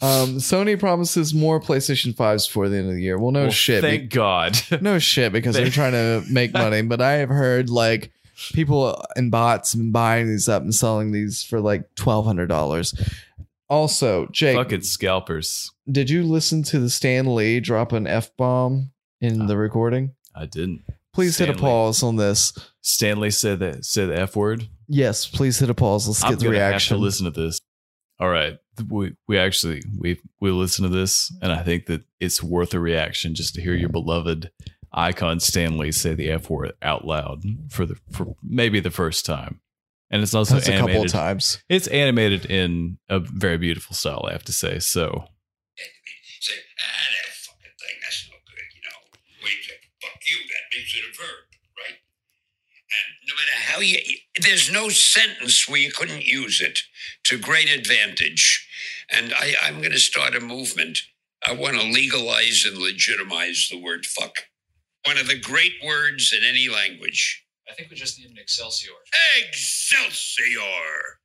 S2: Um, Sony promises more PlayStation 5s before the end of the year. Well, no
S1: Well,
S2: Oh, shit. be-
S1: Thank God.
S2: no shit, because they're
S1: Thank-
S2: trying to make money. But I have heard like people and bots have been buying these up and selling these for like $1,200. Also, Jake,
S1: Fucking scalpers.
S2: did you listen to the Stan Lee drop an F bomb in the recording?
S1: I didn't.
S2: Please hit
S1: Uh, Stan
S2: a
S1: Lee.
S2: pause on this.
S1: Stanley said that said the F word.
S2: Yes, please hit a pause. Let's get
S1: I'm
S2: the
S1: gonna
S2: reaction.
S1: have to listen to this. All right. We we actually we we listen to this and I think that it's worth a reaction just to hear your beloved icon Stanley say the F word out loud for the for maybe the first time. And it's also
S2: That's a
S1: animated.
S2: couple of times.
S1: It's animated in a very beautiful style, I have to say. So
S3: say, ah, that fucking thing, that's no good, you know. What do you think? Fuck you, that makes it a verb, right? And no matter how you, there's no sentence where you couldn't use it to great advantage. And I, I'm going to start a movement. I want to legalize and legitimize the word fuck. One of the great words in any language.
S4: I think we just need an Excelsior.
S3: Excelsior!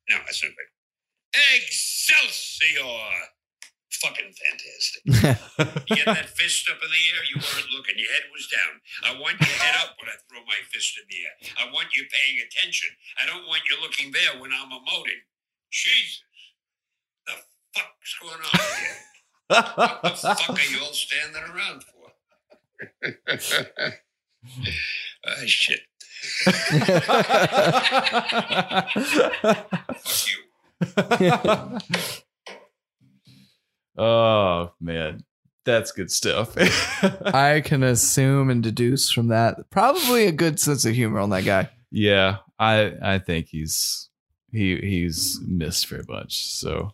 S3: No, that's not good. Excelsior! fucking fantastic. You get that fist up in the air, you weren't looking. Your head was down. I want your head up when I throw my fist in the air. I want you paying attention. I don't want you looking there when I'm emoting. Jesus. The fuck's going on here? What the fuck are you all standing around for? Ah, shit. Fuck you.
S1: oh man, that's good stuff.
S2: I can assume and deduce from that probably a good sense of humor on that guy.
S1: yeah, I I think he's he he's missed very much. So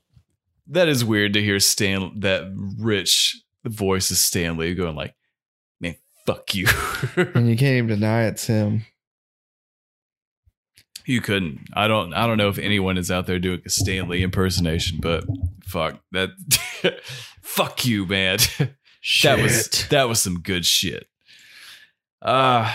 S1: that is weird to hear Stan that rich voice of Stanley going like, man, fuck you.
S2: And you can't even deny it's him.
S1: You couldn't. I don't. I don't know if anyone is out there doing a Stanley impersonation, but fuck that. fuck you, man. that was that was some good shit. Uh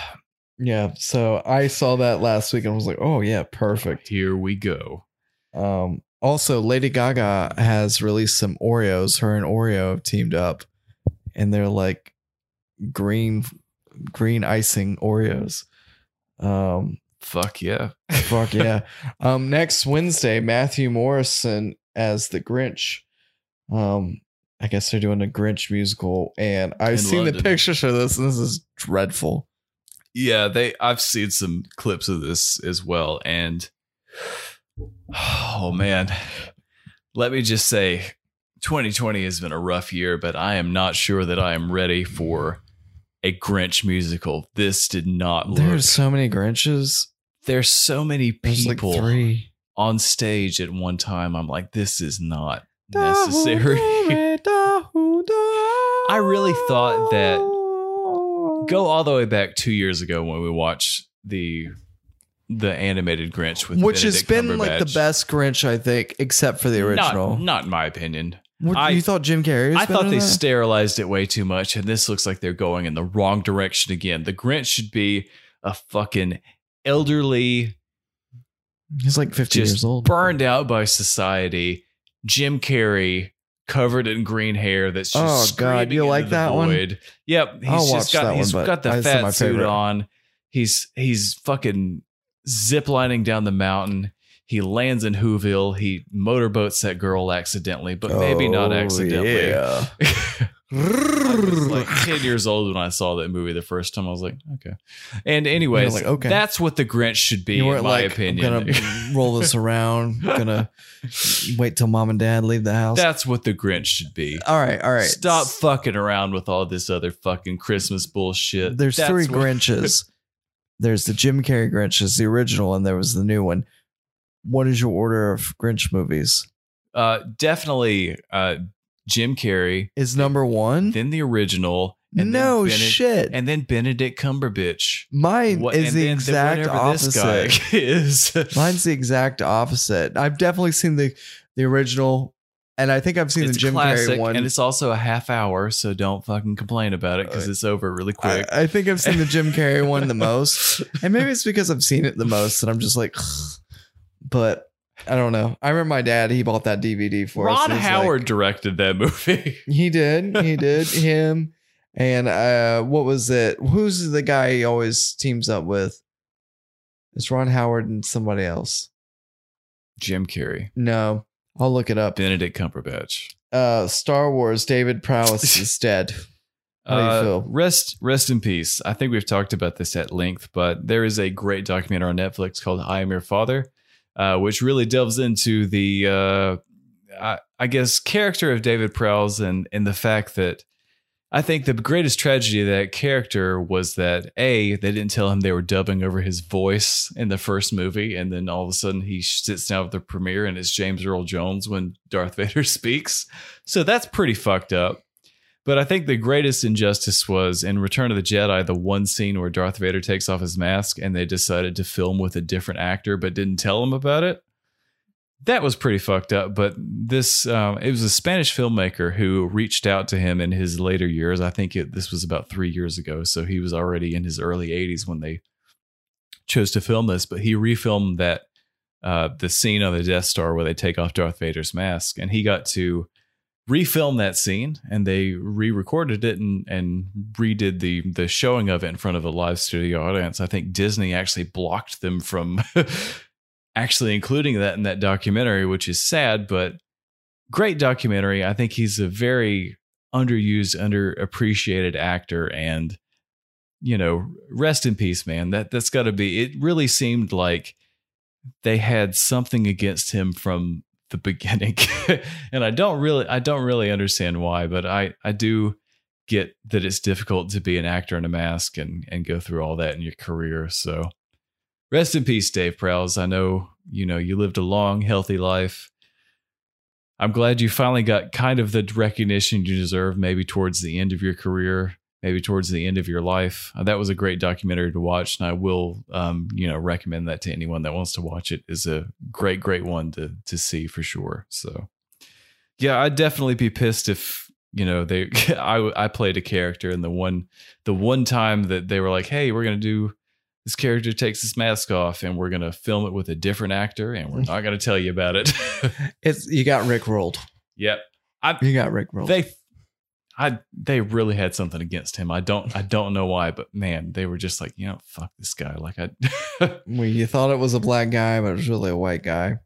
S2: yeah. So I saw that last week and was like, oh yeah, perfect.
S1: here we go.
S2: Um, also, Lady Gaga has released some Oreos. Her and Oreo have teamed up, and they're like green, green icing Oreos. Um,
S1: Fuck yeah.
S2: Fuck yeah. um, next Wednesday, Matthew Morrison as the Grinch. Um, I guess they're doing a Grinch musical, and I've
S1: In
S2: seen
S1: London.
S2: the pictures for this, and this is dreadful.
S1: yeah, they. I've seen some clips of this as well, and oh man, let me just say, 2020 has been a rough year, but I am not sure that I am ready for a Grinch musical. This did not look.
S2: There's so many Grinches.
S1: there's so many
S2: There's
S1: people
S2: like three.
S1: on stage at one time. I'm like, this is not necessary. I really thought that go all the way back two years ago when we watched the the animated Grinch with
S2: Which has
S1: Benedict
S2: been like the
S1: Cumberbatch.
S2: best Grinch, I think, except for the original.
S1: Not, not in my opinion.
S2: What,
S1: I-
S2: you thought Jim Carrey? was
S1: I thought
S2: better
S1: they
S2: than that?
S1: sterilized it way too much, and this looks like they're going in the wrong direction again. The Grinch should be a fucking elderly
S2: He's like 50
S1: just
S2: years old.
S1: burned out by society. Jim Carey covered in green hair. That's just
S2: Oh,
S1: screaming
S2: God. You
S1: into
S2: like
S1: the
S2: that one?
S1: void. Yep, he's
S2: I'll watch
S1: just got
S2: that one,
S1: he's
S2: but
S1: got the
S2: that's not my
S1: fat suit
S2: favorite.
S1: on. He's he's fucking ziplining down the mountain. He lands in Whoville. He motorboats that girl accidentally, but maybe not
S2: Oh,
S1: accidentally.
S2: yeah.
S1: I was like 10 years old when I saw that movie the first time. I was like, okay. And anyways,
S2: like, okay.
S1: that's what the Grinch should be,
S2: you weren't
S1: in my
S2: like,
S1: opinion.
S2: I'm gonna roll this around. gonna wait till mom and dad leave the house.
S1: That's what the Grinch should be.
S2: all right, all right.
S1: Stop fucking around with all this other fucking Christmas bullshit.
S2: There's
S1: That's
S2: three
S1: what-
S2: Grinches. There's the Jim Carrey Grinch, is the original, and there was the new one. What is your order of Grinch movies?
S1: Uh, definitely uh, Jim Carrey,
S2: Is number one?
S1: then the original. And
S2: No
S1: then Bened-
S2: shit.
S1: And then Benedict Cumberbatch.
S2: Mine
S1: What-
S2: is
S1: and
S2: the
S1: then
S2: exact
S1: whatever
S2: opposite.
S1: This guy is.
S2: Mine's the exact opposite. I've definitely seen the the original, and I think I've seen
S1: it's
S2: the Jim
S1: classic,
S2: Carrey one.
S1: and it's also a half hour, so don't fucking complain about it because it's over really
S2: Uh, I,
S1: quick.
S2: I think I've seen the Jim Carrey one the most. And maybe it's because I've seen it the most and I'm just like, but I don't know. I remember my dad, he bought that DVD for us.
S1: Ron
S2: He was like-
S1: Howard directed that movie.
S2: he did. He did. him. And uh, what was it? Who's the guy he always teams up with? It's Ron Howard and somebody else.
S1: Jim Carrey,
S2: No, I'll look it up.
S1: Benedict Cumberbatch.
S2: Uh, Star Wars, David Prowse is dead. How do you
S1: Uh,
S2: feel?
S1: Rest, rest in peace. I think we've talked about this at length, but there is a great documentary on Netflix called "I Am Your Father," uh, which really delves into the, uh, I, I guess, character of David Prowse and and the fact that I think the greatest tragedy of that character was that a they didn't tell him they were dubbing over his voice in the first movie, and then all of a sudden he sits down at the premiere and it's James Earl Jones when Darth Vader speaks. So that's pretty fucked up. But I think the greatest injustice was in Return of the Jedi, the one scene where Darth Vader takes off his mask and they decided to film with a different actor but didn't tell him about it. That was pretty fucked up. But this, um, it was a Spanish filmmaker who reached out to him in his later years. I think it, this was about three years ago. So he was already in his early 80s when they chose to film this, but he refilmed that. Uh, the scene on the Death Star where they take off Darth Vader's mask, and he got to refilmed that scene and they re-recorded it and and redid the the showing of it in front of a live studio audience. I think Disney actually blocked them from actually including that in that documentary, which is sad, but great documentary. I think he's a very underused, underappreciated actor and you know, rest in peace, man. That that's got to be. It really seemed like they had something against him from the beginning, and I don't really, I don't really understand why, but I I do get that it's difficult to be an actor in a mask and and go through all that in your career. So, rest in peace, Dave Prowse. I know you know you lived a long, healthy life. I'm glad you finally got kind of the recognition you deserve, maybe towards the end of your career maybe towards the end of your life. Uh, that was a great documentary to watch, and I will, um, you know, recommend that to anyone that wants to watch it. is a great, great one to to see for sure. So, yeah, I'd definitely be pissed if you know they. I I played a character, and the one the one time that they were like, "Hey, we're gonna do." This character takes this mask off, and we're gonna film it with a different actor, and we're not gonna tell you about it.
S2: It's you got Rick rolled.
S1: yep,
S2: You got Rick rolled.
S1: they I they really had something against him. I don't I don't know why, but man, they were just like, you know, fuck this guy. Like I
S2: well, you thought it was a black guy, but it was really a white guy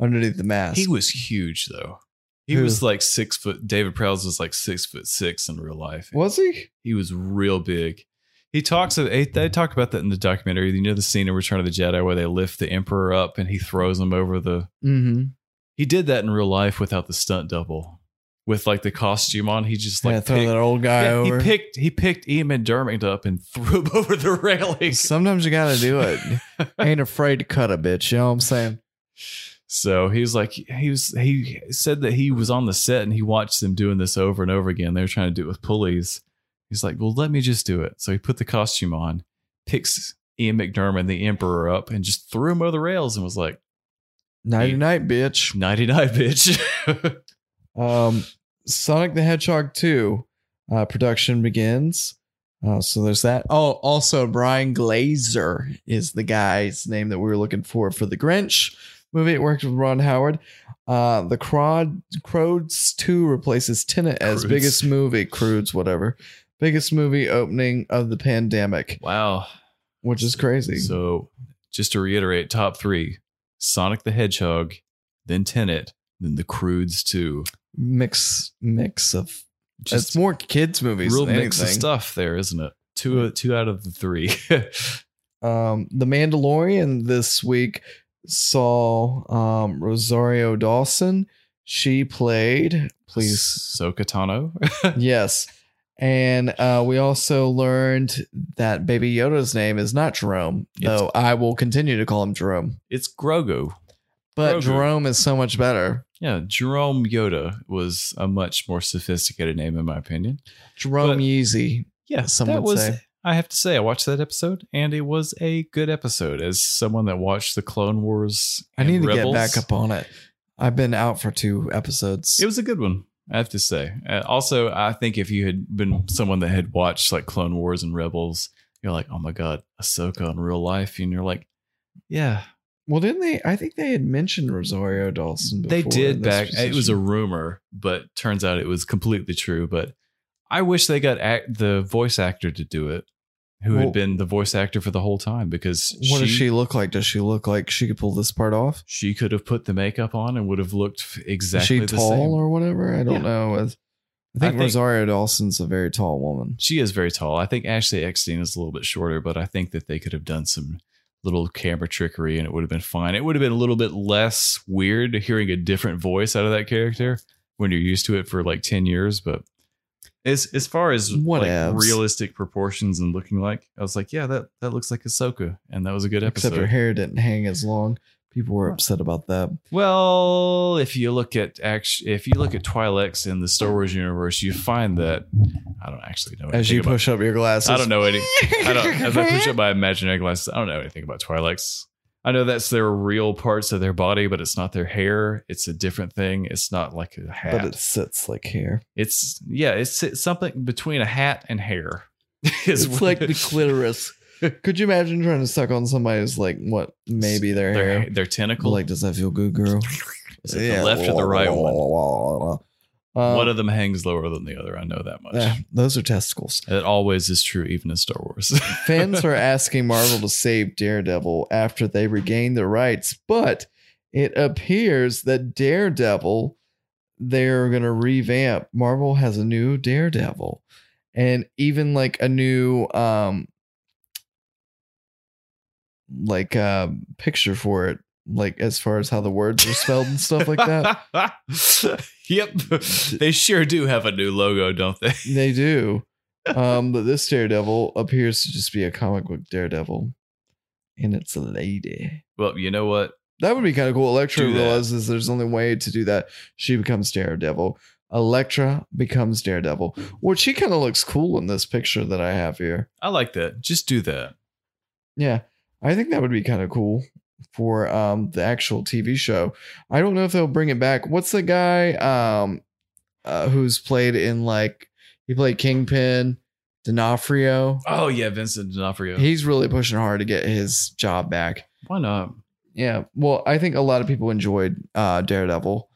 S2: underneath the mask.
S1: He was huge though. He
S2: Who?
S1: was like six foot David Prowse was like six foot six in real life.
S2: was he?
S1: He was real big. He talks they they talk about that in the documentary. You know the scene in Return of the Jedi where they lift the Emperor up and he throws him over the
S2: Mm-hmm.
S1: he did that in real life without the stunt double. With like the costume on, he just like
S2: yeah, throw
S1: picked-
S2: that old guy
S1: Yeah,
S2: over.
S1: He picked he picked Ian McDermott up and threw him over the railing.
S2: Sometimes you gotta do it. Ain't afraid to cut a bitch. You know what I'm saying?
S1: So he was like he was he said that he was on the set and he watched them doing this over and over again. They were trying to do it with pulleys. He's like, well, let me just do it. So he put the costume on, picks Ian McDermott, the Emperor, up and just threw him over the rails and was like,
S2: Nighty night, bitch.
S1: "Nighty night, bitch."
S2: Um, Sonic the Hedgehog 2 uh, production begins. Uh, so there's that. Oh, also Brian Glazer is the guy's name that we were looking for for the Grinch movie. It worked with Ron Howard. Uh, the Crod Crodes 2 replaces Tenet as
S1: Croods.
S2: biggest movie, Crudes, whatever, biggest movie opening of the pandemic,
S1: wow.
S2: which is crazy.
S1: So just to reiterate, top three: Sonic the Hedgehog, then Tenet, then The Croods too.
S2: mix mix of
S1: Just
S2: it's more kids movies
S1: real
S2: than
S1: mix of
S2: anything. Mm-hmm.
S1: stuff there, isn't it? Two two out of the three.
S2: um, The Mandalorian this week saw um, Rosario Dawson. She played, please,
S1: Sokatano.
S2: yes. And uh, we also learned that Baby Yoda's name is not Jerome,
S1: It's-
S2: though I will continue to call him Jerome.
S1: It's Grogu.
S2: But
S1: Grogu.
S2: Jerome is so much better.
S1: Yeah, Jerome Yoda was a much more sophisticated name, in my opinion. But-
S2: Jerome Yeezy.
S1: Yeah,
S2: Some
S1: that
S2: would
S1: was.
S2: say.
S1: I have to say, I watched that episode, and it was a good episode. As someone that watched the Clone Wars,
S2: I
S1: and
S2: need to get
S1: Rebels,
S2: back up on it. I've been out for two episodes.
S1: It was a good one, I have to say. Uh, also, I think if you had been someone that had watched like Clone Wars and Rebels, you're like, oh my god, Ahsoka in real life, and you're like, yeah,
S2: well, didn't they? I think they had mentioned Rosario Dawson. Before
S1: they
S2: in
S1: did
S2: this
S1: back it was a
S2: position.
S1: rumor but turns out it was completely true but i wish they got act, the voice actor to do it who
S2: Well-
S1: had been the voice actor for the whole time because she,
S2: What does she look like? Does she look like she could pull this part off?
S1: she could have put the makeup on and would have looked f-
S2: Is
S1: exactly
S2: she
S1: the
S2: tall
S1: same
S2: or whatever? I don't
S1: Yeah.
S2: know. I I think
S1: think-
S2: Rosario Dawson's a very tall woman.
S1: she is very tall i think ashley eckstein is a little bit shorter but i think that they could have done some little camera trickery and it would have been fine it would have been a little bit less weird hearing a different voice out of that character when you're used to it for like 10 years but as as far as like
S2: Whatevs.
S1: realistic proportions and looking like i was like yeah that that looks like ahsoka and that was a good
S2: Except her
S1: episode
S2: hair didn't hang as long. People were upset about that.
S1: well if you look at act if you look at twilex in the star wars universe you find that i don't actually know
S2: As
S1: anything
S2: you
S1: about-
S2: push up your glasses,
S1: I don't know any. I don't. As I push up my imaginary glasses, I don't know anything about Twi'leks. I know that's their real parts of their body, but it's not their hair. It's a different thing. It's not like a hat.
S2: but it
S1: it's,
S2: sits like here.
S1: yeah, it's, it's something between a hat and hair.
S2: It's like the clitoris. Could you imagine trying to suck on somebody who's like what? Maybe their,
S1: their
S2: hair.
S1: their tentacle.
S2: Like, does that feel good, girl?
S1: Is it the left or the right one?
S2: Um,
S1: One of them hangs lower than the other. I know that much.
S2: yeah, those are testicles.
S1: That always is true, even in Star Wars.
S2: Fans are asking Marvel to save Daredevil after they regain their rights, but it appears that Daredevil, they're going to revamp. Marvel has a new Daredevil and even like a new, um, like uh picture for it like as far as how the words are spelled and stuff like that
S1: yep. They sure do have a new logo, don't they?
S2: they do um but this daredevil appears to just be a comic book daredevil and it's a lady
S1: Well, you know what?
S2: That would be kind of cool. Electra
S1: Do that.
S2: realizes there's only way to do that. She becomes Daredevil. Electra becomes Daredevil. Which she kind of looks cool in this picture that I have here.
S1: I like that. Just do that.
S2: Yeah. I think that would be kind of cool for um the actual TV show. I don't know if they'll bring it back. What's the guy um uh, who's played in like he played Kingpin, D'Onofrio.
S1: Oh yeah, Vincent D'Onofrio.
S2: He's really pushing hard to get his job back.
S1: Why not?
S2: Yeah. Well, I think a lot of people enjoyed uh Daredevil.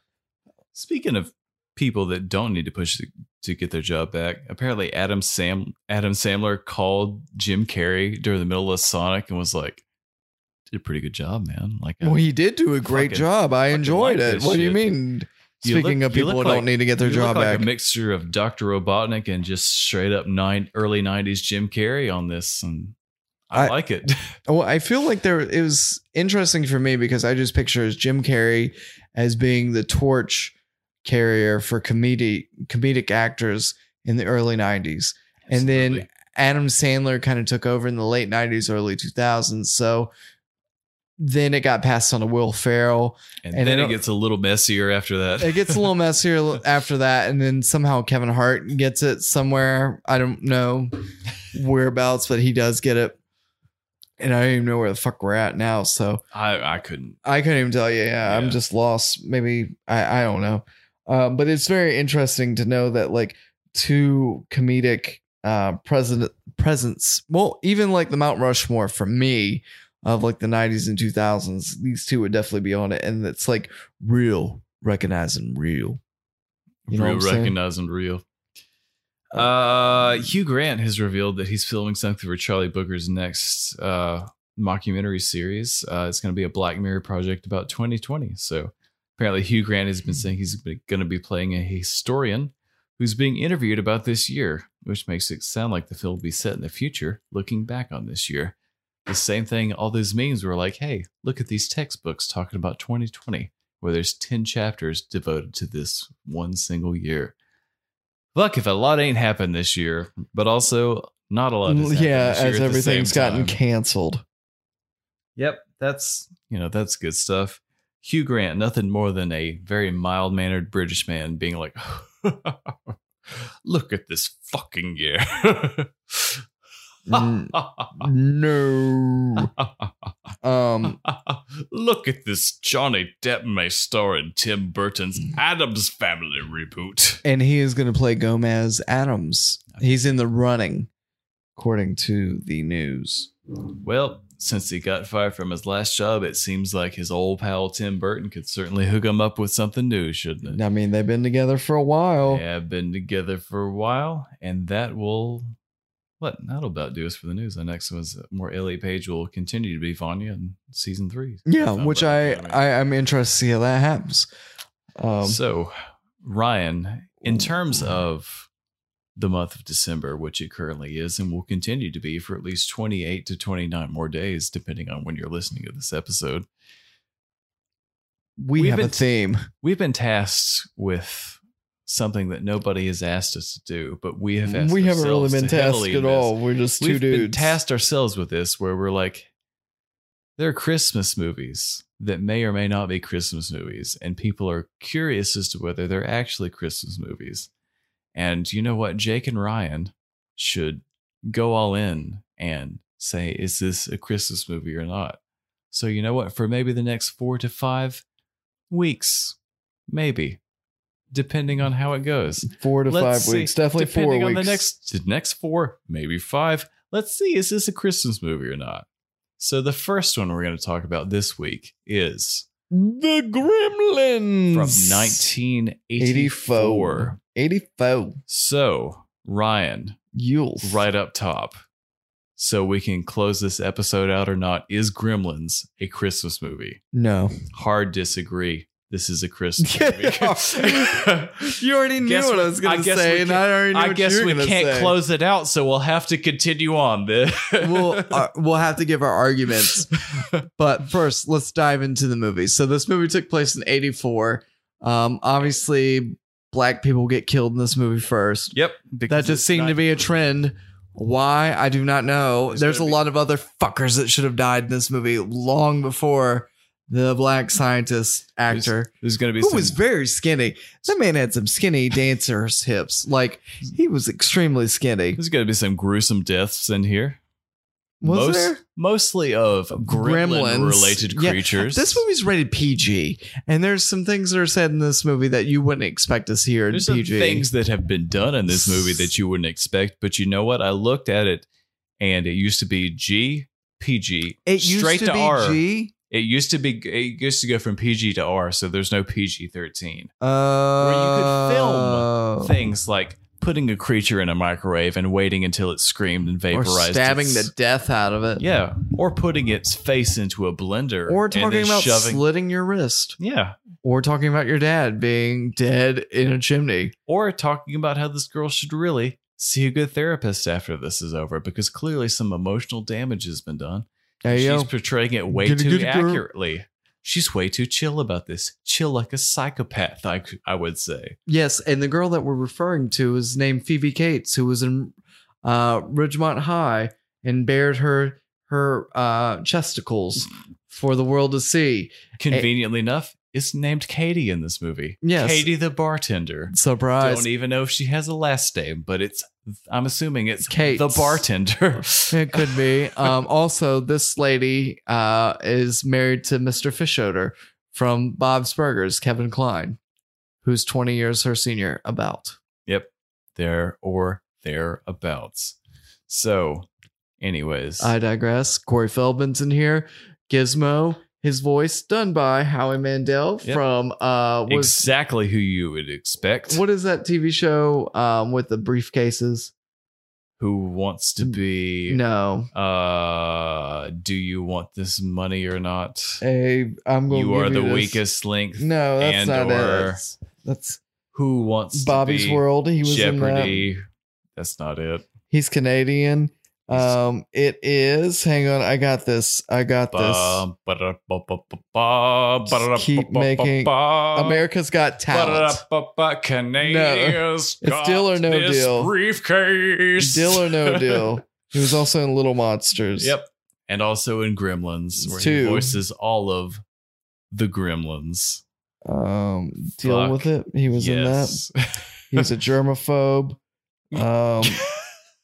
S1: Speaking of people that don't need to push to, to get their job back, apparently Adam Sam Adam Sandler called Jim Carrey during the middle of Sonic and was like, "Did a pretty good job, man." Like,
S2: Well, he did do a great
S1: Fucking-
S2: job. I
S1: fucking
S2: enjoyed
S1: like
S2: it.
S1: this
S2: What do you
S1: shit.
S2: mean?
S1: You
S2: Speaking
S1: look-
S2: of
S1: you
S2: people who
S1: look
S2: don't
S1: like-
S2: need to get their
S1: you
S2: job
S1: look like
S2: back,
S1: A mixture of Dr. Robotnik and just straight up nine early '90s Jim Carrey on this, and I,
S2: I-
S1: like it.
S2: well, I feel like there it was interesting for me because I just picture Jim Carrey as being the torch carrier for comedic comedic actors in the early '90s, and then
S1: Absolutely.
S2: Adam Sandler kind of took over in the late '90s, early 2000s. So then it got passed on to Will Ferrell.
S1: and,
S2: and I
S1: then it
S2: don't-
S1: gets a little messier after that.
S2: it gets a little messier after that, and then somehow Kevin Hart gets it somewhere. I don't know whereabouts, but he does get it. And I don't even know where the fuck we're at now, so
S1: I I couldn't.
S2: I couldn't even tell you. Yeah,
S1: Yeah.
S2: I'm just lost. Maybe I I don't know. Um, but it's very interesting to know that like two comedic uh president presence. Well, even like the Mount Rushmore for me of like the 90s and 2000s, these two would definitely be on it, and it's like real recognizing real. You
S1: real
S2: know what I'm saying?
S1: recognize and real. Uh, Hugh Grant has revealed that he's filming something for Charlie Booker's next uh, mockumentary series. Uh, it's going to be a Black Mirror project about 2020. So apparently, Hugh Grant has been
S2: Hmm.
S1: saying he's going to be playing a historian who's being interviewed about this year, which makes it sound like the film will be set in the future, looking back on this year. The same thing, all those memes were like, hey, look at these textbooks talking about 2020 where there's 10 chapters devoted to this one single year. Fuck if a lot ain't happened this year, but also not a lot. Has happened
S2: Mm, yeah,
S1: this year at
S2: as
S1: the
S2: everything's
S1: same
S2: gotten
S1: time.
S2: canceled.
S1: Yep, that's you know that's good stuff. Hugh Grant, nothing more than a very mild mannered British man being like, "Look at this fucking year."
S2: Mm, no. Um,
S1: Look at this Johnny Depp may star in Tim Burton's Adams Family reboot.
S2: and he is going to play Gomez Adams. He's in the running, according to the news.
S1: Well, since he got fired from his last job, it seems like his old pal Tim Burton could certainly hook him up with something new, shouldn't it?
S2: I mean, they've been together for a while.
S1: They have been together for a while, and that will what that'll about do us for the news. The next one's uh, more Ellie Page will continue to be Vanya in season three.
S2: Yeah,
S1: Sounds
S2: which
S1: like,
S2: I,
S1: you know what mean?
S2: I I'm interested to see how that happens. Um,
S1: so Ryan, in terms of the month of December, which it currently is and will continue to be for at least 28 to 29 more days, depending on when you're listening to this episode.
S2: we
S1: we've
S2: have a
S1: been-
S2: theme.
S1: we've been tasked with something that nobody has asked us to do, but we have asked
S2: Mm, We haven't really
S1: ourselves
S2: been
S1: to
S2: tasked
S1: heavily
S2: at
S1: miss.
S2: all. We're just 2
S1: We've
S2: dudes.
S1: been tasked ourselves with this, where we're like, there are Christmas movies that may or may not be Christmas movies, and people are curious as to whether they're actually Christmas movies. And you know what? Jake and Ryan should go all in and say, is this a Christmas movie or not? So, you know what? For maybe the next four to five weeks, maybe, depending on how it goes.
S2: four to
S1: Let's
S2: five
S1: see.
S2: weeks, definitely four
S1: Depending
S2: weeks.
S1: on the next, the next four, maybe five. Let's see, is this a Christmas movie or not? So the first one we're going to talk about this week is
S2: The Gremlins
S1: from 1984.
S2: 84.
S1: So, Ryan,
S2: Yules.
S1: right up top, so we can close this episode out or not, is Gremlins a Christmas movie?
S2: No.
S1: Hard disagree. This is a Christmas movie.
S2: You already knew
S1: Guess
S2: what I
S1: we-
S2: was going
S1: I
S2: to
S1: guess we
S2: say, and
S1: can-
S2: I already knew
S1: I
S2: what
S1: guess
S2: you were
S1: we
S2: gonna
S1: can't
S2: say.
S1: close it out, so we'll have to continue on then.
S2: we'll uh, we'll have to give our arguments. but first, let's dive into the movie. So this movie took place in '84. Um, obviously, black people get killed in this movie first.
S1: yep.
S2: that just seemed to be a trend. Why I do not know.
S1: It's
S2: There's a
S1: gonna be-
S2: lot of other fuckers that should have died in this movie long before the black scientist actor.
S1: There's going to be
S2: Who
S1: some-
S2: was very skinny? That man had some skinny dancer's hips. Like he was extremely skinny.
S1: There's going to be some gruesome deaths in here.
S2: Was
S1: Most-
S2: there?
S1: Mostly of gremlin related
S2: Yeah.
S1: creatures.
S2: This movie's rated PG, and there's some things that are said in this movie that you wouldn't expect to see here in
S1: There's some
S2: PG.
S1: things that have been done in this movie that you wouldn't expect, but you know what? I looked at it and it used to be G, PG,
S2: it used
S1: straight
S2: to,
S1: to,
S2: be
S1: R.
S2: G.
S1: It used to be it used to go from PG to R, so there's no PG thirteen.
S2: Uh,
S1: could
S2: Oh.
S1: film Things like putting a creature in a microwave and waiting until it screamed and
S2: or
S1: vaporized.
S2: stabbing
S1: its-
S2: the death out of it,
S1: Yeah. Or putting its face into a blender.
S2: Uh, or
S1: and then
S2: talking about
S1: shoving
S2: slitting your wrist,
S1: Yeah.
S2: or talking about your dad being dead in a chimney.
S1: Or talking about how this girl should really see a good therapist after this is over because clearly some emotional damage has been done.
S2: There
S1: She's
S2: you go.
S1: portraying it way
S2: Get a
S1: too
S2: good girl.
S1: accurately. She's way too chill about this. Chill like a psychopath, I, I would say.
S2: Yes, and the girl that we're referring to is named Phoebe Cates, who was in uh, Ridgemont High and bared her her uh, chesticles for the world to see.
S1: Conveniently enough, it's named Katie in this movie.
S2: Yes.
S1: Katie the bartender.
S2: Surprise!
S1: Don't e- even know if she has a last name, but it's, I'm assuming it's
S2: Kates.
S1: the bartender.
S2: It could be. Um, also, this lady uh, is married to Mr. Fishoder from Bob's Burgers, Kevin Klein, who's twenty years her senior. About
S1: Yep. There or thereabouts. So, anyways,
S2: I digress. Corey Feldman's in here. Gizmo, his voice done by Howie Mandel
S1: Yep.
S2: from uh, was
S1: exactly who you would expect.
S2: What is that TV show um, with the briefcases?
S1: who wants to be.
S2: No.
S1: Uh, do you want this money or not?
S2: Hey, I'm going.
S1: You are
S2: you
S1: the
S2: this.
S1: weakest link.
S2: No, that's
S1: and
S2: not
S1: or
S2: it. That's
S1: Who wants
S2: Bobby's
S1: to be
S2: World. He was in that.
S1: Jeopardy? That's not it.
S2: He's Canadian. Um, it is. Hang on, I got this. I got this.
S1: Ba- ba- ba- ba- ba- ba-
S2: Just
S1: ba-
S2: keep
S1: ba- ba-
S2: making
S1: ba-
S2: America's Got Talent.
S1: Ba-da-ba-ba, uh, Canadians
S2: No. It's
S1: got
S2: Deal or No
S1: this
S2: Deal.
S1: Briefcase.
S2: Deal or No Deal. He was also in Little Monsters.
S1: yep. And also in Gremlins, where he
S2: Two.
S1: voices all of the Gremlins.
S2: Um, deal
S1: Fuck.
S2: with it. He was in that.
S1: yes.
S2: He's a germaphobe. Um,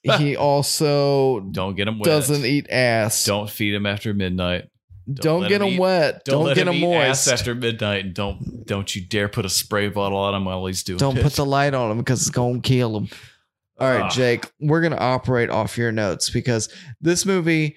S2: he also
S1: Don't get him wet.
S2: doesn't eat ass.
S1: Don't feed him after midnight.
S2: Don't,
S1: let
S2: get
S1: him
S2: them
S1: eat-
S2: wet. Don't,
S1: let
S2: get
S1: him
S2: them
S1: eat ass
S2: moist.
S1: after midnight, and don't don't you dare put a spray bottle on him while he's doing.
S2: Don't
S1: it.
S2: put the light on them because it's gonna kill them. All right,
S1: Ah.
S2: Jake, we're gonna operate off your notes because this movie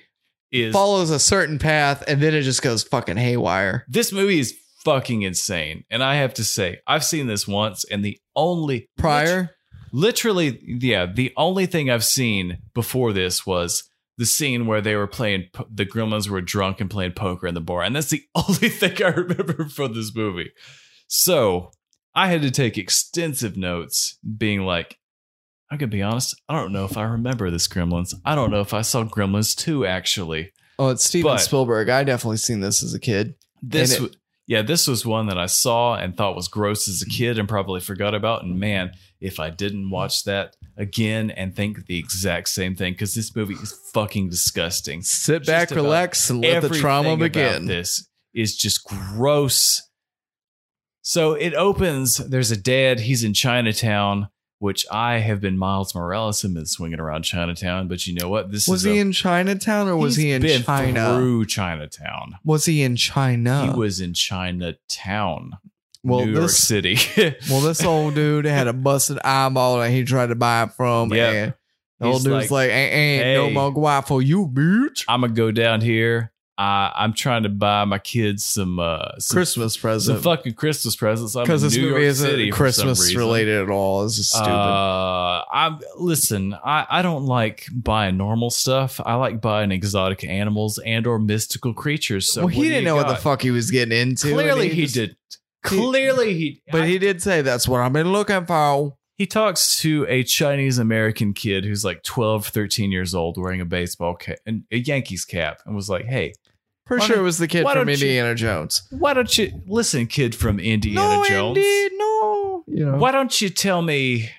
S1: is
S2: follows a certain path and then it just goes fucking haywire.
S1: this movie is fucking insane, and I have to say, I've seen this once, and the only
S2: Prior,
S1: literally yeah the only thing i've seen before this was the scene where they were playing po- the gremlins were drunk and playing poker in the bar and that's the only thing i remember from this movie so i had to take extensive notes being like i'm gonna be honest i don't know if i remember this gremlins i don't know if i saw gremlins 2 actually
S2: oh, it's Steven
S1: But-
S2: Spielberg. I definitely seen this as a kid.
S1: this
S2: And it-
S1: w- yeah this was one that i saw and thought was gross as a kid and probably forgot about and man if i didn't watch that again and think the exact same thing because this movie is fucking disgusting
S2: Sit
S1: Just
S2: back,
S1: about
S2: relax, and let the trauma
S1: Everything about
S2: begin.
S1: this is just gross so it opens there's a dad he's in chinatown which i have been miles morales and been swinging around chinatown but you know what this
S2: Was
S1: is
S2: he
S1: a-
S2: in Chinatown or was
S1: he's
S2: he in
S1: been
S2: China?
S1: through chinatown
S2: Was he in China?
S1: he was in chinatown
S2: well,
S1: New York
S2: this
S1: City.
S2: Well, this old dude had a busted eyeball that he tried to buy it from.
S1: Yep.
S2: And the
S1: He's
S2: old dude's
S1: like,
S2: like, ain't, ain't
S1: "Hey."
S2: no
S1: Uh,
S2: more guy for you, bitch.
S1: I'm gonna go down here. I, I'm trying to buy my kids some uh, some,
S2: Christmas
S1: some
S2: present.
S1: fucking Christmas presents. I'm
S2: Because
S1: in
S2: this
S1: New
S2: movie
S1: York
S2: isn't
S1: City for some
S2: Christmas
S1: reason.
S2: related at all. It's just stupid.
S1: Uh, I'm listen. I, I don't like buying normal stuff. I like buying exotic animals and or mystical creatures. So
S2: well,
S1: what
S2: he
S1: do
S2: didn't
S1: you
S2: know what
S1: got?
S2: the fuck he was getting into. and
S1: Clearly, he,
S2: just-
S1: did. Clearly, he.
S2: But he did say that's what I've been looking for.
S1: He talks to a Chinese American kid who's like 12, 13 years old wearing a baseball cap and a Yankees cap and was like, Hey,
S2: Pretty
S1: Why
S2: sure it
S1: don't-
S2: was the kid
S1: why
S2: from
S1: don't you-
S2: Indiana Jones.
S1: why don't you listen, kid from Indiana Jones?
S2: indeed, no. You know.
S1: Why don't you tell me?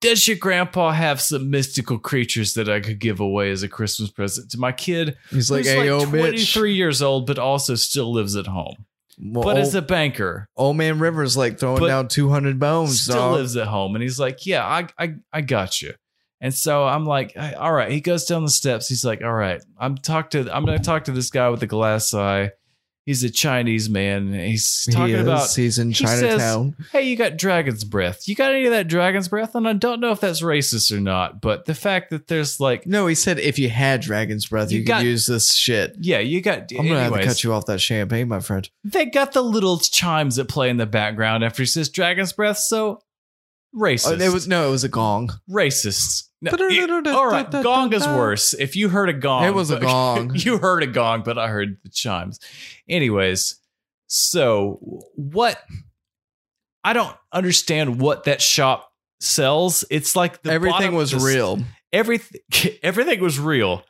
S1: Does your grandpa have some mystical creatures that I could give away as a Christmas present to my kid?
S2: He's like,
S1: who's
S2: hey, yo, bitch.
S1: 23 years old, but also still lives at home,
S2: Well, oh
S1: but
S2: old,
S1: is a banker.
S2: old man Rivers like throwing
S1: But
S2: down 200 bones,
S1: still
S2: dog.
S1: lives at home and he's like yeah I, I i got you and so i'm like "I- all right he goes down the steps he's like all right i'm talk to i'm gonna talk to this guy with the glass eye he's a chinese man and he's
S2: He
S1: talking
S2: is.
S1: about
S2: He's in
S1: he says-
S2: Chinatown.
S1: hey you got dragon's breath you got any of that dragon's breath and i don't know if that's racist or not but the fact that there's like
S2: no, he said if you had dragon's breath, you,
S1: You got-
S2: could use this shit.
S1: yeah you got
S2: I'm gonna have to
S1: anyways.
S2: cut you off that champagne, my friend.
S1: they got the little chimes that play in the background after he says dragon's breath so
S2: Oh,
S1: racist
S2: it was no, it was a gong.
S1: racists. No, it- all right, gong is worse. If you heard a gong,
S2: It was a
S1: but-
S2: gong.
S1: you heard a gong, but I heard the chimes. Anyways, so what? I don't understand what that shop sells. It's like the
S2: Everything
S1: bottom-
S2: was
S1: the-
S2: real.
S1: Everything, everything was real,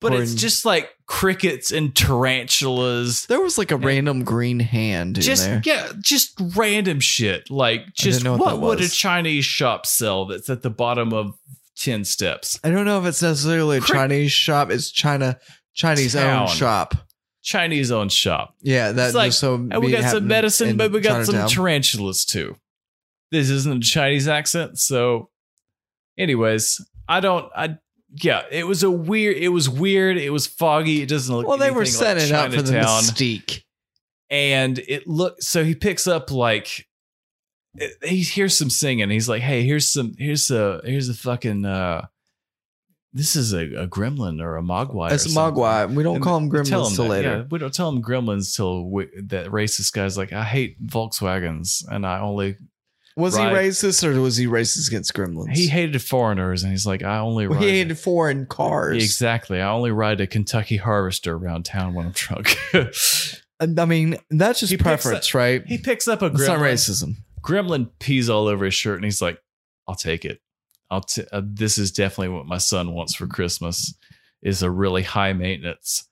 S1: but it's
S2: Porn.
S1: just like crickets and tarantulas.
S2: There was like a random green hand
S1: Just
S2: in there.
S1: yeah, just random shit. Like just
S2: know
S1: what,
S2: what that
S1: would a
S2: was.
S1: Chinese shop sell that's at the bottom of ten steps?
S2: I don't know if it's necessarily a
S1: Cri-
S2: Chinese shop. It's China Chinese
S1: Town.
S2: owned shop.
S1: Chinese owned shop.
S2: Yeah, that
S1: It's like,
S2: just so
S1: And we
S2: be-
S1: got some
S2: happened
S1: medicine,
S2: in
S1: but we got some
S2: Chinatown.
S1: tarantulas too. This isn't a Chinese accent, so anyways, I don't I yeah, it was a weird it was weird, it was foggy, it doesn't look
S2: well, they were
S1: anything like
S2: setting up for the
S1: Chinatown.
S2: mystique.
S1: and it looked so he picks up like it- he hears some singing. He's like, "Hey, here's some here's a here's a fucking uh this is a, a gremlin or a mogwai.
S2: It's
S1: or
S2: a
S1: something."
S2: Mogwai. We don't
S1: And
S2: call them
S1: we tell
S2: gremlins till
S1: that,
S2: later.
S1: yeah. we don't tell them gremlins till we, that racist guy's like, I hate Volkswagens, and I only
S2: Was
S1: Right.
S2: he racist or was he racist against gremlins?
S1: he hated foreigners, and he's like, I only
S2: Well,
S1: ride
S2: he hated foreign cars.
S1: exactly. I only ride a Kentucky Harvester around town when I'm drunk.
S2: I mean, that's just
S1: He picks
S2: preference, right?
S1: he picks up a
S2: It's not
S1: gremlin.
S2: racism.
S1: Gremlin pees all over his shirt, and he's like, I'll take it. I'll t- uh, this is definitely what my son wants for Christmas. Is a really high maintenance,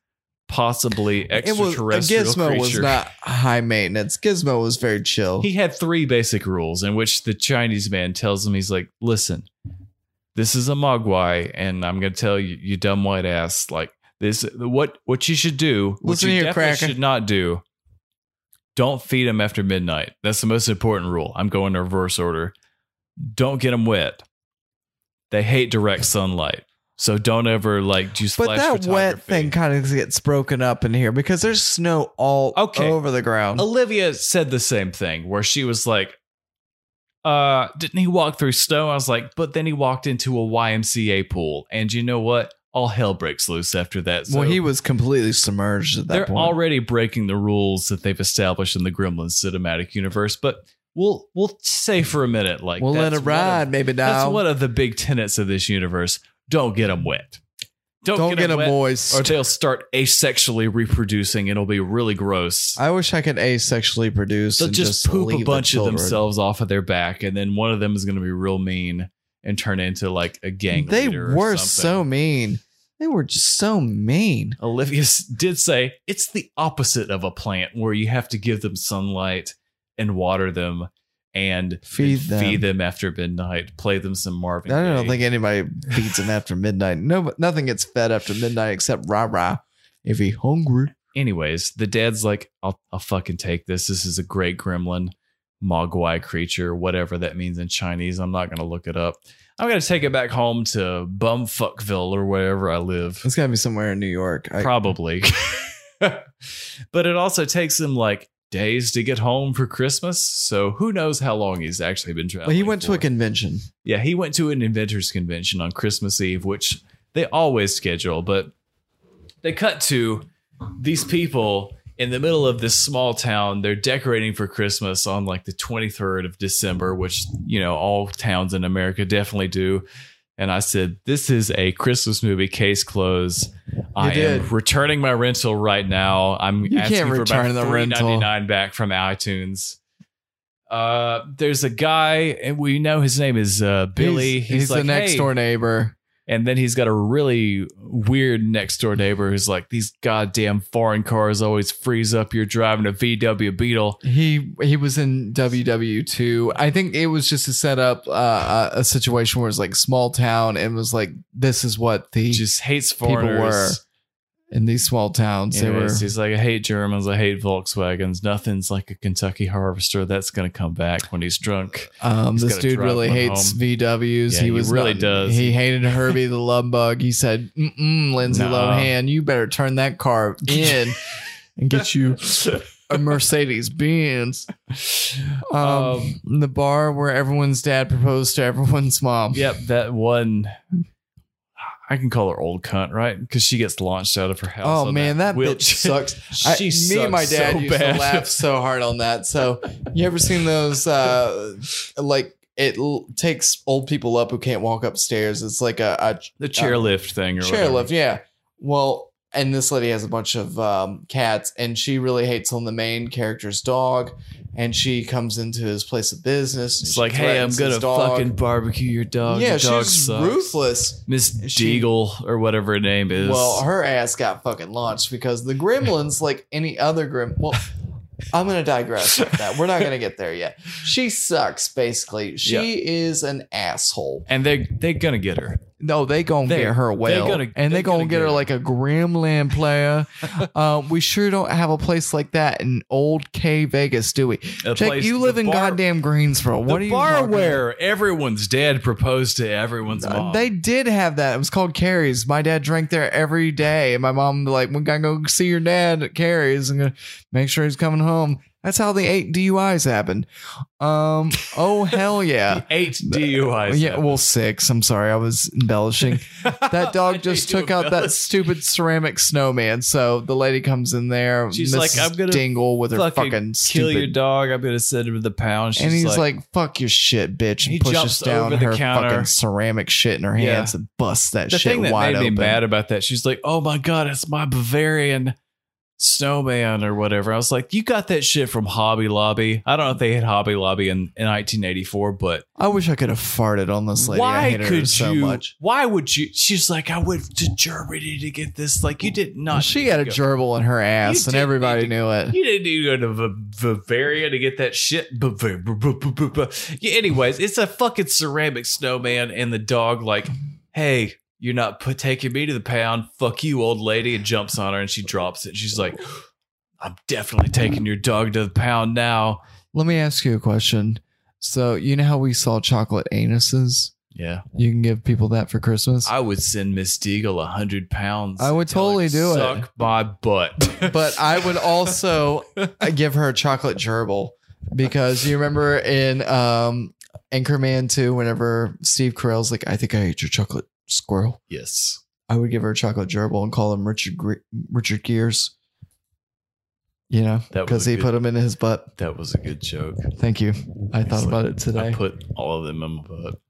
S1: possibly extraterrestrial
S2: Gizmo
S1: creature.
S2: was not high maintenance. Gizmo was very chill.
S1: He had three basic rules in which the Chinese man tells him, he's like, listen, this is a mogwai, and I'm gonna tell you, you dumb white ass, like this what what you should do, what
S2: Listen
S1: you
S2: here,
S1: definitely
S2: Cracker.
S1: should not do. Don't feed him after midnight. That's the most important rule. I'm going in reverse order. Don't get them wet. They hate direct sunlight. So don't ever like do
S2: but
S1: splash
S2: that wet
S1: photography.
S2: thing kind of gets broken up in here because there's snow all
S1: Okay.
S2: over the
S1: Um,
S2: ground.
S1: Olivia said the same thing where she was like, uh, didn't he walk through snow? I was like, but then he walked into a YMCA pool. And you know what? All hell breaks loose after that. So
S2: well, he was completely submerged at that
S1: they're
S2: point.
S1: already breaking the rules that they've established in the Gremlins cinematic universe. But we'll we'll say for a minute, like
S2: we'll let
S1: that's
S2: it
S1: one of-
S2: ride, maybe
S1: that's
S2: now.
S1: one of the big tenets of this universe. Don't get them wet. Don't,
S2: Don't get
S1: them
S2: a
S1: wet,
S2: moist.
S1: or they'll start asexually reproducing. and It'll be really gross.
S2: I wish I could asexually produce
S1: They'll
S2: and
S1: just, poop
S2: leave
S1: a
S2: the
S1: bunch of
S2: children.
S1: themselves off of their back, and then one of them is going to be real mean and turn into like a gang.
S2: They
S1: leader or
S2: were so
S1: something.
S2: mean. They were just so mean.
S1: Olivia s- did say it's the opposite of a plant where you have to give them sunlight and water them and
S2: Feed
S1: and
S2: them.
S1: feed them after midnight. Play them some Marvin.
S2: I don't
S1: Gaye.
S2: think anybody feeds him after midnight. No, nothing gets fed after midnight except rah rah. If he hungry,
S1: Anyways, the dad's like, "I'll I'll fucking take this. This is a great gremlin." Mogwai creature, whatever that means in Chinese. I'm not going to look it up. I'm going to take it back home to Bumfuckville or wherever I live.
S2: it's gotta be somewhere in New York. I,
S1: probably but it also takes him like days to get home for christmas so who knows how long he's actually been traveling
S2: well, he went to a
S1: for.
S2: convention.
S1: yeah he went to an inventors convention on christmas eve which they always schedule but They cut to these people in the middle of this small town. They're decorating for Christmas on like the 23rd of December, which, you know, all towns in America definitely do. And I said, This is a Christmas movie, case closed. I am
S2: did.
S1: returning my rental right now. I'm
S2: You
S1: asking
S2: can't
S1: for about
S2: return the rental.
S1: $3.99 back from iTunes. Uh, there's a guy, and we know his name is uh, Billy.
S2: He's, he's
S1: like,
S2: the next
S1: "Hey,
S2: door neighbor.
S1: and then he's got a really weird next door neighbor who's like, these goddamn foreign cars always freeze up. You're driving a VW Beetle.
S2: He he was in WW two. I think it was just to set up uh, a a situation where it's like small town and was like this is what the
S1: He just hates
S2: people
S1: foreigners.
S2: were in these small towns they were
S1: Anyways, he's like, I hate Germans. I hate Volkswagens. Nothing's like a Kentucky Harvester. That's going to come back when he's drunk.
S2: Um,
S1: He's
S2: this
S1: gotta
S2: dude
S1: drive
S2: really
S1: one
S2: hates
S1: home.
S2: VWs.
S1: Yeah,
S2: he
S1: he
S2: was
S1: really
S2: not-
S1: does.
S2: He hated Herbie the love bug. He said, Mm-mm, "Lindsay
S1: Nah.
S2: Lohan, you better turn that car in and get you a Mercedes Benz." Um,
S1: Um,
S2: the bar where everyone's dad proposed to everyone's mom.
S1: Yep, that one. I can call her old cunt, right? Because she gets launched out of her house.
S2: Oh
S1: on
S2: man, that,
S1: wheel-
S2: bitch sucks. I-
S1: she
S2: me and my dad
S1: so
S2: used
S1: bad.
S2: to laugh so hard on that. So you ever seen those? Uh, like it l- takes old people up who can't walk upstairs. It's like a, a
S1: The chairlift thing or
S2: chairlift.
S1: whatever.
S2: Yeah. Well, and this lady has a bunch of um, cats, and she really hates on the main character's dog. And she comes into his place of business. and
S1: It's
S2: she
S1: like, hey, I'm
S2: threatens
S1: gonna
S2: his dog.
S1: fucking barbecue your dog.
S2: yeah,
S1: Your dog
S2: she's
S1: sucks.
S2: ruthless.
S1: Miss
S2: She-
S1: Deagle or whatever her name is.
S2: Well, her ass got fucking launched because the gremlins, like any other grim, well, I'm gonna digress with that. We're not gonna get there yet. She sucks. Basically, she
S1: Yeah.
S2: is an asshole.
S1: and they they're gonna get her.
S2: No, they gonna
S1: They-
S2: get her
S1: they
S2: well,
S1: gonna-
S2: and
S1: they
S2: they gonna,
S1: gonna
S2: get
S1: get
S2: her
S1: her.
S2: like a gremlin player. um, we sure don't have a place like that in old K Vegas, do we?
S1: A
S2: Jake,
S1: place-
S2: you live
S1: the
S2: in
S1: bar-
S2: goddamn Greensboro. What
S1: the
S2: are you
S1: bar
S2: talking
S1: where everyone's dad proposed to everyone's
S2: about?
S1: mom.
S2: They did have that. It was called Carrie's. My dad drank there every day, and my mom like, "We gotta go see your dad at Carrie's and gonna make sure he's coming home." That's how the eight DUIs happened. Um, oh hell yeah.
S1: eight DUIs.
S2: Yeah, well, six. I'm sorry, I was embellishing. That dog just
S1: you
S2: took out that
S1: embellish.
S2: stupid ceramic snowman. So the lady comes in there.
S1: She's
S2: Mrs.
S1: like, "I'm gonna
S2: dingle with her
S1: fucking,
S2: fucking
S1: kill
S2: stupid.
S1: your dog. I'm gonna send him to the pound. She's
S2: and he's like, "Fuck your shit, bitch!"
S1: He
S2: And pushes
S1: jumps
S2: down
S1: over the
S2: her
S1: counter.
S2: fucking ceramic shit in her
S1: Yeah.
S2: hands and busts that
S1: the
S2: shit
S1: thing that
S2: wide
S1: made
S2: open.
S1: me mad about that. She's like, oh my god, it's my Bavarian snowman or whatever. I was like, you got that shit from Hobby Lobby. I don't know if they had Hobby Lobby in, in 1984, but
S2: I wish I could have farted on this lady. I hated her so
S1: you?
S2: much.
S1: Why would you? She's like, I went to Germany to get this. Like, you did not.
S2: She had a
S1: go-
S2: gerbil in her ass, and
S1: didn't
S2: everybody
S1: need to-
S2: knew it.
S1: You didn't need to go to Va- Bavaria to get that shit. Bava- bu- bu- bu- bu- bu- Yeah, Anyways, it's a fucking ceramic snowman and the dog. Like, hey, you're not put taking me to the pound. Fuck you, old lady, and jumps on her and she drops it. She's like. I'm definitely taking your dog to the pound now.
S2: Let me ask you a question. So you know how we saw chocolate anuses?
S1: Yeah.
S2: You can give people that for Christmas.
S1: I would send Miss Deagle a hundred pounds.
S2: I would
S1: Tell
S2: totally
S1: her,
S2: do it.
S1: Suck my butt.
S2: but I would also give her a chocolate gerbil because you remember in um, Anchorman 2, whenever Steve Carell's like, I think I ate your chocolate squirrel,
S1: yes.
S2: I would give her a chocolate gerbil and call him Richard Gre- Richard Gears. You know,
S1: That was
S2: because
S1: a
S2: he
S1: good-
S2: put him in his butt.
S1: That was a good joke.
S2: Thank you. I thought
S1: It's
S2: about
S1: like,
S2: it today.
S1: I put all of them in my butt.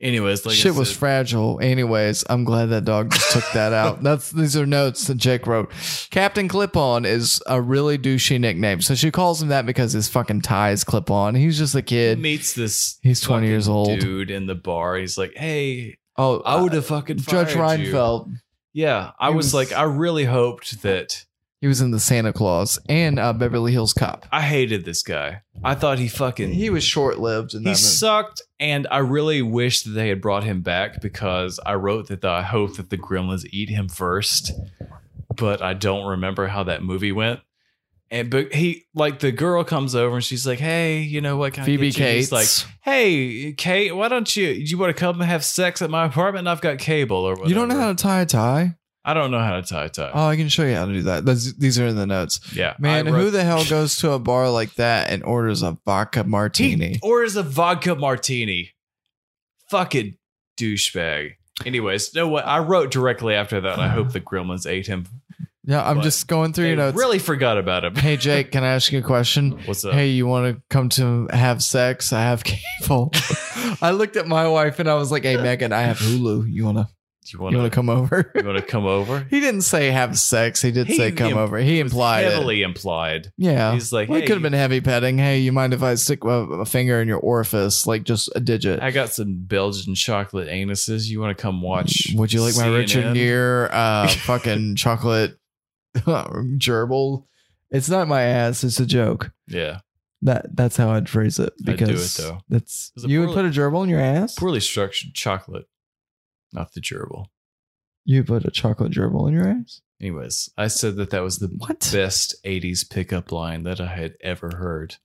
S1: Anyways, like I
S2: Shit was
S1: said,
S2: fragile. Anyways, I'm glad that dog just took that out. That's these are notes that Jake wrote. Captain Clip On is a really douchey nickname. So she calls him that because his fucking tie is clip on. He's just a
S1: he
S2: kid.
S1: meets this.
S2: He's 20 years
S1: fucking
S2: old.
S1: Dude in the bar. He's like, "Hey,
S2: oh,
S1: I would have
S2: uh,
S1: fucking
S2: Judge
S1: fired you."
S2: Reinfeld.
S1: Yeah, I
S2: He
S1: was,
S2: was-
S1: like, I really hoped that
S2: He was in the Santa Claus and uh, Beverly Hills Cop.
S1: I hated this guy. I thought he fucking
S2: He was short lived in that
S1: he
S2: movie.
S1: sucked, and I really wish that they had brought him back because I wrote that the, I hope that the gremlins eat him first, but I don't remember how that movie went. And but he like the girl comes over and she's like, "Hey, you know what?" Kind
S2: Phoebe
S1: of He's
S2: Cates.
S1: like, "Hey, Kate, why don't you? You want to come have sex at my apartment? I've got cable or whatever."
S2: you don't know how to tie a tie?
S1: I don't know how to tie a tie.
S2: Oh, I can show you how to do that. That's, these are in the notes.
S1: yeah,
S2: Man,
S1: I wrote-
S2: who the hell goes to a bar like that and orders a vodka martini?
S1: He orders a vodka martini. Fucking douchebag. Anyways, no what I wrote directly after that. I hope the gremlins ate him.
S2: Yeah, I'm
S1: But
S2: just going through
S1: They
S2: your notes.
S1: really forgot about him.
S2: Hey Jake, can I ask you a question?
S1: What's up?
S2: Hey, you want to come to have sex? I have cable. I looked at my wife and I was like, "Hey Megan, I have Hulu. You wanna
S1: you
S2: you wanna
S1: want to
S2: come over?"
S1: you want to come over?
S2: he didn't say have sex. He did
S1: He-
S2: say come
S1: yeah,
S2: over. He implied it.
S1: Heavily implied.
S2: Yeah,
S1: He's like,
S2: well,
S1: "Hey,
S2: it could have been
S1: you-
S2: heavy petting. Hey, you mind if I stick a, a finger in your orifice, like just a digit?
S1: I got some Belgian chocolate anuses. You want to come watch?
S2: Would you like my Richard
S1: CNN?
S2: Gere uh, fucking chocolate gerbil? It's not my ass. It's a joke.
S1: Yeah,
S2: That that's how I'd phrase it
S1: I'd do it,
S2: because
S1: though.
S2: that's
S1: It's a
S2: you would
S1: poorly-
S2: put a gerbil in your ass.
S1: poorly structured chocolate, not the gerbil.
S2: You put a chocolate gerbil in your ass.
S1: Anyways, I said that that was the
S2: What?
S1: best '80s pickup line that I had ever heard.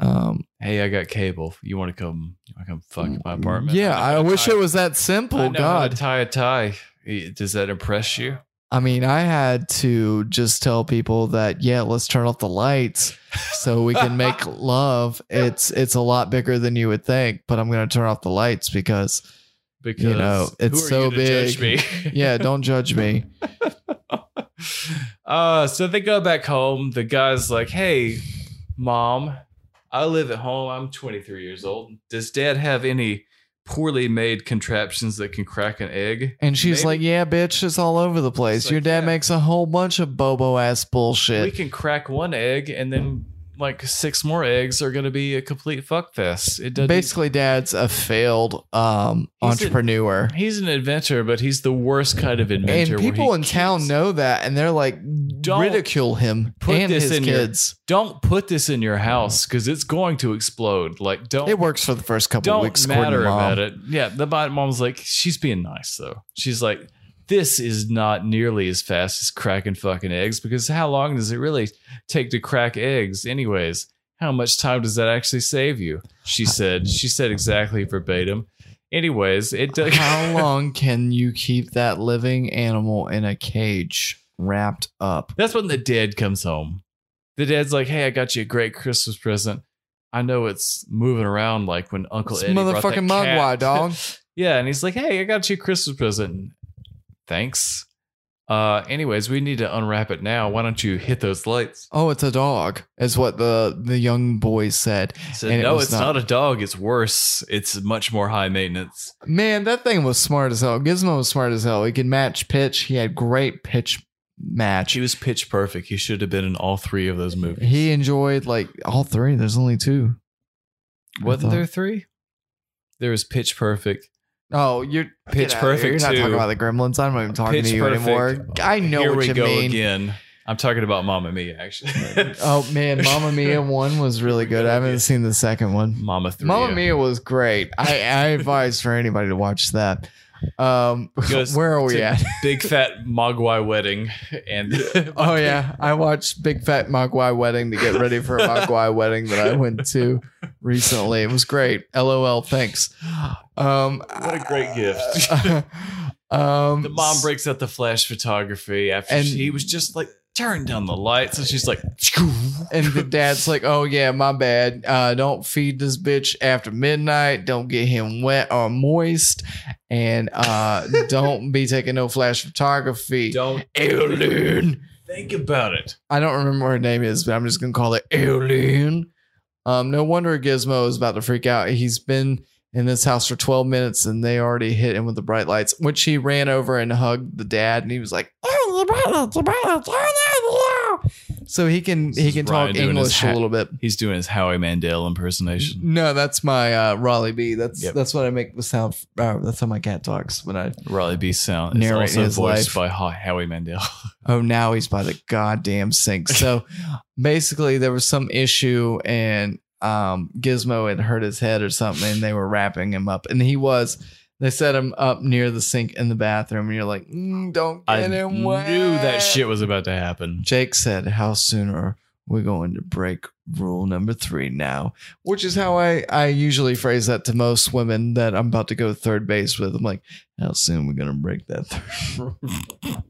S2: Um,
S1: Hey, I got cable. You want to come? You want to come fuck my apartment?
S2: Mm, Yeah,
S1: know how
S2: I,
S1: to
S2: wish
S1: tie-
S2: it was that
S1: I
S2: simple.
S1: know how to
S2: God,
S1: tie a tie. Eh, Does that impress you?
S2: I mean, I had to just tell people that yeah, let's turn off the lights so we can make love. It's it's a lot bigger than you would think, but I'm gonna turn off the lights because
S1: Because
S2: You know, it's
S1: who are
S2: so
S1: you to judge
S2: big.
S1: me?
S2: yeah, don't judge me.
S1: uh, so they go back home. The guy's like, "Hey, mom, I live at home. I'm 23 years old. Does dad have any poorly made contraptions that can crack an egg?"
S2: And she's
S1: Maybe.
S2: like, "Yeah, bitch, it's all over the place.
S1: It's
S2: Your
S1: like,
S2: dad
S1: yeah.
S2: makes a whole bunch of bobo ass
S1: We
S2: bullshit."
S1: can crack one egg, and then like six more eggs are going to be a complete fuck fest. It doesn't.
S2: Basically, dad's a failed
S1: He's
S2: um,
S1: a-
S2: entrepreneur.
S1: he's an inventor, but he's the worst kind of inventor.
S2: and
S1: where
S2: people
S1: he
S2: in town
S1: keeps-
S2: know that, and they're like,
S1: Don't
S2: ridicule him
S1: put
S2: and
S1: this
S2: his
S1: in your-
S2: kids.
S1: Don't put this in your house because it's going to explode. Like, don't.
S2: it works for the first couple
S1: don't
S2: weeks. according to
S1: matter
S2: mom.
S1: about it. Yeah, the bot mom's like, she's being nice though. She's like, this is not nearly as fast as cracking fucking eggs because how long does it really take to crack eggs, anyways? How much time does that actually save you? She said. She said exactly verbatim. Anyways, it does.
S2: How long can you keep that living animal in a cage wrapped up?
S1: That's when the dad comes home. The dad's like, "Hey, I got you a great Christmas present. I know it's moving around like when Uncle
S2: It's
S1: Eddie brought that
S2: motherfucking mugwai,
S1: cat.
S2: dog.
S1: yeah, and he's like, "Hey, I got you a Christmas present. Thanks. Uh, anyways, we need to unwrap it now. Why don't you hit those lights?"
S2: Oh, it's a dog, is what the the young boy said.
S1: I said,
S2: And it
S1: "No,
S2: was
S1: it's not.
S2: not-
S1: a dog. It's worse. It's much more high maintenance."
S2: Man, that thing was smart as hell. Gizmo was smart as hell. He could match pitch. He had great pitch match.
S1: She was pitch perfect. He should have been in all three of those movies.
S2: He enjoyed like all three. There's only two.
S1: Wasn't
S2: I
S1: there
S2: thought-
S1: three? There was Pitch Perfect.
S2: Oh, you're
S1: Pitch
S2: get out of here.
S1: Perfect
S2: You're not talking
S1: too.
S2: about the Gremlins. I'm not even talking
S1: Pitch
S2: to you
S1: Perfect.
S2: anymore. I know
S1: Here
S2: what
S1: we
S2: you
S1: go
S2: mean.
S1: again. I'm talking about Mamma Mia, actually.
S2: Oh man, Mamma Mia one was really good. I haven't seen the second one.
S1: Mamma Three.
S2: Mamma Mia was great. I, I advise for anybody to watch that. Um,
S1: Goes
S2: where are we
S1: to
S2: at?
S1: Big fat Mogwai wedding, and
S2: Oh yeah, I watched Big Fat Mogwai Wedding to get ready for a Mogwai wedding that I went to recently. It was great. LOL. Thanks. Um,
S1: what a great gift.
S2: um,
S1: The mom breaks out the flash photography after
S2: And-
S1: she was just like turn down the lights, and she's like,
S2: and the dad's like, "Oh yeah, my bad. Uh, don't feed this bitch after midnight. Don't get him wet or moist, and uh, don't be taking no flash photography."
S1: "Don't
S2: Aileen.
S1: think about it."
S2: I don't remember what her name is, but I'm just gonna call it Aileen. Um, no wonder Gizmo is about to freak out. He's been in this house for 12 minutes and they already hit him with the bright lights, which he ran over and hugged the dad, and he was like, "Oh, the bright lights, the bright lights, oh, no, no." So he can
S1: This
S2: he
S1: is
S2: can
S1: Ryan
S2: talk
S1: doing his
S2: English a
S1: hat-
S2: little bit.
S1: He's doing his Howie Mandel impersonation.
S2: No, that's my uh, Raleigh B. That's
S1: Yep.
S2: that's what I make the sound. Uh, that's how my cat talks when I.
S1: Riley B. Sound is
S2: Narrate
S1: also
S2: his
S1: voiced by
S2: life.
S1: Ho- Howie Mandel.
S2: Oh, now he's by the goddamn sink. So basically, there was some issue, and um, Gizmo had hurt his head or something, and they were wrapping him up, and he was. They set him up near the sink in the bathroom, and you're like, "Mm, "Don't
S1: I
S2: get him wet."
S1: knew that shit was about to happen.
S2: Jake said, "How soon are we going to break rule number three now?" Which is how I I usually phrase that to most women that I'm about to go third base with. I'm like, "How soon we gonna break that third rule?"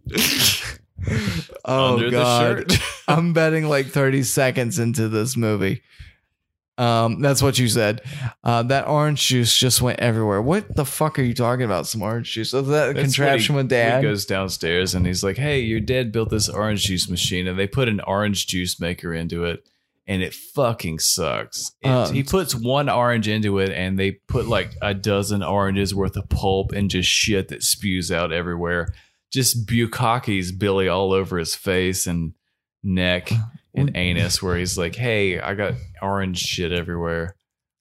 S2: oh
S1: Under the
S2: god,
S1: shirt.
S2: Oh, I'm betting like 30 seconds into this movie. Um, that's what you said. Uh, that orange juice just went everywhere. What the fuck are you talking about? Some orange juice? So that
S1: That's
S2: contraption
S1: when
S2: with
S1: he- when
S2: dad.
S1: He goes downstairs and he's like, "Hey, your dad built this orange juice machine, and they put an orange juice maker into it, and it fucking sucks." It-
S2: Um,
S1: he puts one orange into it, and they put like a dozen oranges worth of pulp and just shit that spews out everywhere. Just Bukaki's Billy all over his face and neck
S2: Uh,
S1: and anus, where he's like, "Hey, I got orange shit everywhere."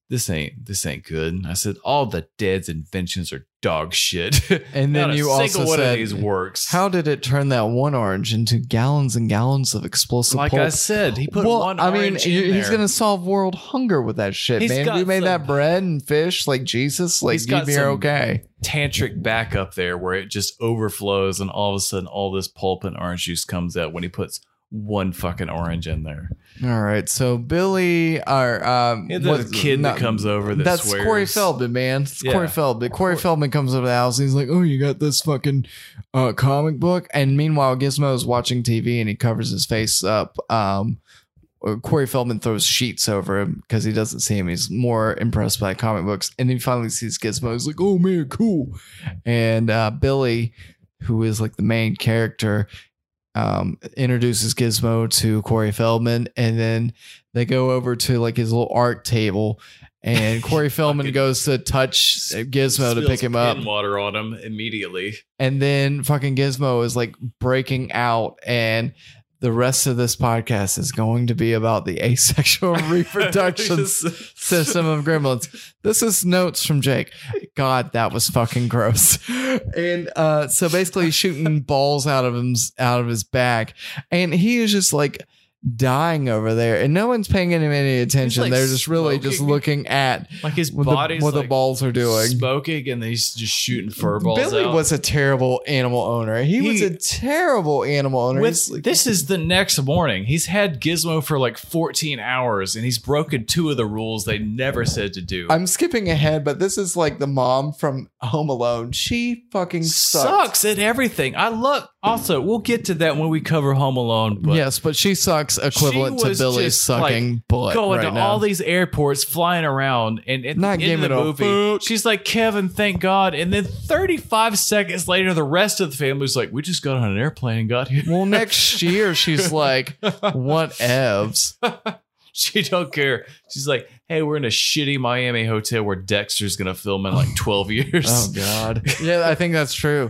S1: This ain't this ain't good. And I said all the dad's inventions are dog shit.
S2: And
S1: Not
S2: then
S1: a
S2: you
S1: single
S2: also
S1: one
S2: said,
S1: of these works.
S2: How did it turn that one orange into gallons and gallons of explosive
S1: like
S2: pulp?
S1: I said, he put
S2: well,
S1: one.
S2: I mean,
S1: orange
S2: you-
S1: in
S2: he's
S1: there.
S2: gonna solve world hunger with that shit,
S1: He's
S2: man.
S1: got
S2: We made that
S1: some-
S2: bread and fish, like Jesus, like
S1: He's
S2: you'd
S1: got
S2: be
S1: some-
S2: okay.
S1: tantric back up there where it just overflows, and all of a sudden, all this pulp and orange juice comes out when he puts one fucking orange in there.
S2: All right, so Billy, our um,
S1: Yeah, the kid that comes over that
S2: that's
S1: swears.
S2: Corey Feldman, man. It's
S1: Yeah.
S2: Corey Feldman. Corey Feldman comes over to the house. And he's like, "Oh, you got this fucking uh, comic book," and meanwhile, Gizmo's watching TV and he covers his face up. Um, uh, Corey Feldman throws sheets over him because he doesn't see him. He's more impressed by comic books, and he finally sees Gizmo. He's like, "Oh man, cool!" And uh, Billy, who is like the main character, um, introduces Gizmo to Corey Feldman, and then they go over to like his little art table, and Corey Feldman
S1: Fucking-
S2: goes to touch Gizmo to
S1: Spills
S2: pick him up,
S1: pin Water on him immediately.
S2: and then fucking Gizmo is like breaking out and. The rest of this podcast is going to be about the asexual reproduction system of gremlins. This is notes from Jake. God, that was fucking gross. And uh, so basically, he's shooting balls out of him out of his back, and he is just like dying over there, and no one's paying him any attention.
S1: like,
S2: They're just really just
S1: smoking.
S2: looking at
S1: like his
S2: what, the,
S1: body's
S2: what the
S1: like
S2: balls are doing.
S1: smoking, and he's just shooting fur balls.
S2: Billy
S1: out.
S2: was a terrible animal owner. He, was
S1: He-
S2: a terrible animal owner.
S1: With,
S2: He's like-
S1: this is the next morning. He's had Gizmo for like 14 hours, and he's broken two of the rules they never said to do.
S2: I'm skipping ahead, but this is like the mom from Home Alone. She fucking sucks.
S1: sucks at everything. I love. Also, we'll get to that when we cover Home Alone. But
S2: yes, but she sucks equivalent
S1: she
S2: to
S1: was
S2: Billy's
S1: just, like,
S2: sucking butt
S1: Going
S2: right
S1: to
S2: now.
S1: all these airports, flying around, and at
S2: Not
S1: the end
S2: giving
S1: of the
S2: a
S1: movie,
S2: fuck.
S1: she's like, "Kevin, thank God." And then 35 seconds later, the rest of the family's like, "We just got on an airplane and got here."
S2: well, next year she's like, "What evs?"
S1: She don't care. She's like, "Hey, we're in a shitty Miami hotel where Dexter's gonna film in like 12 years."
S2: Oh, God. yeah, I think that's true.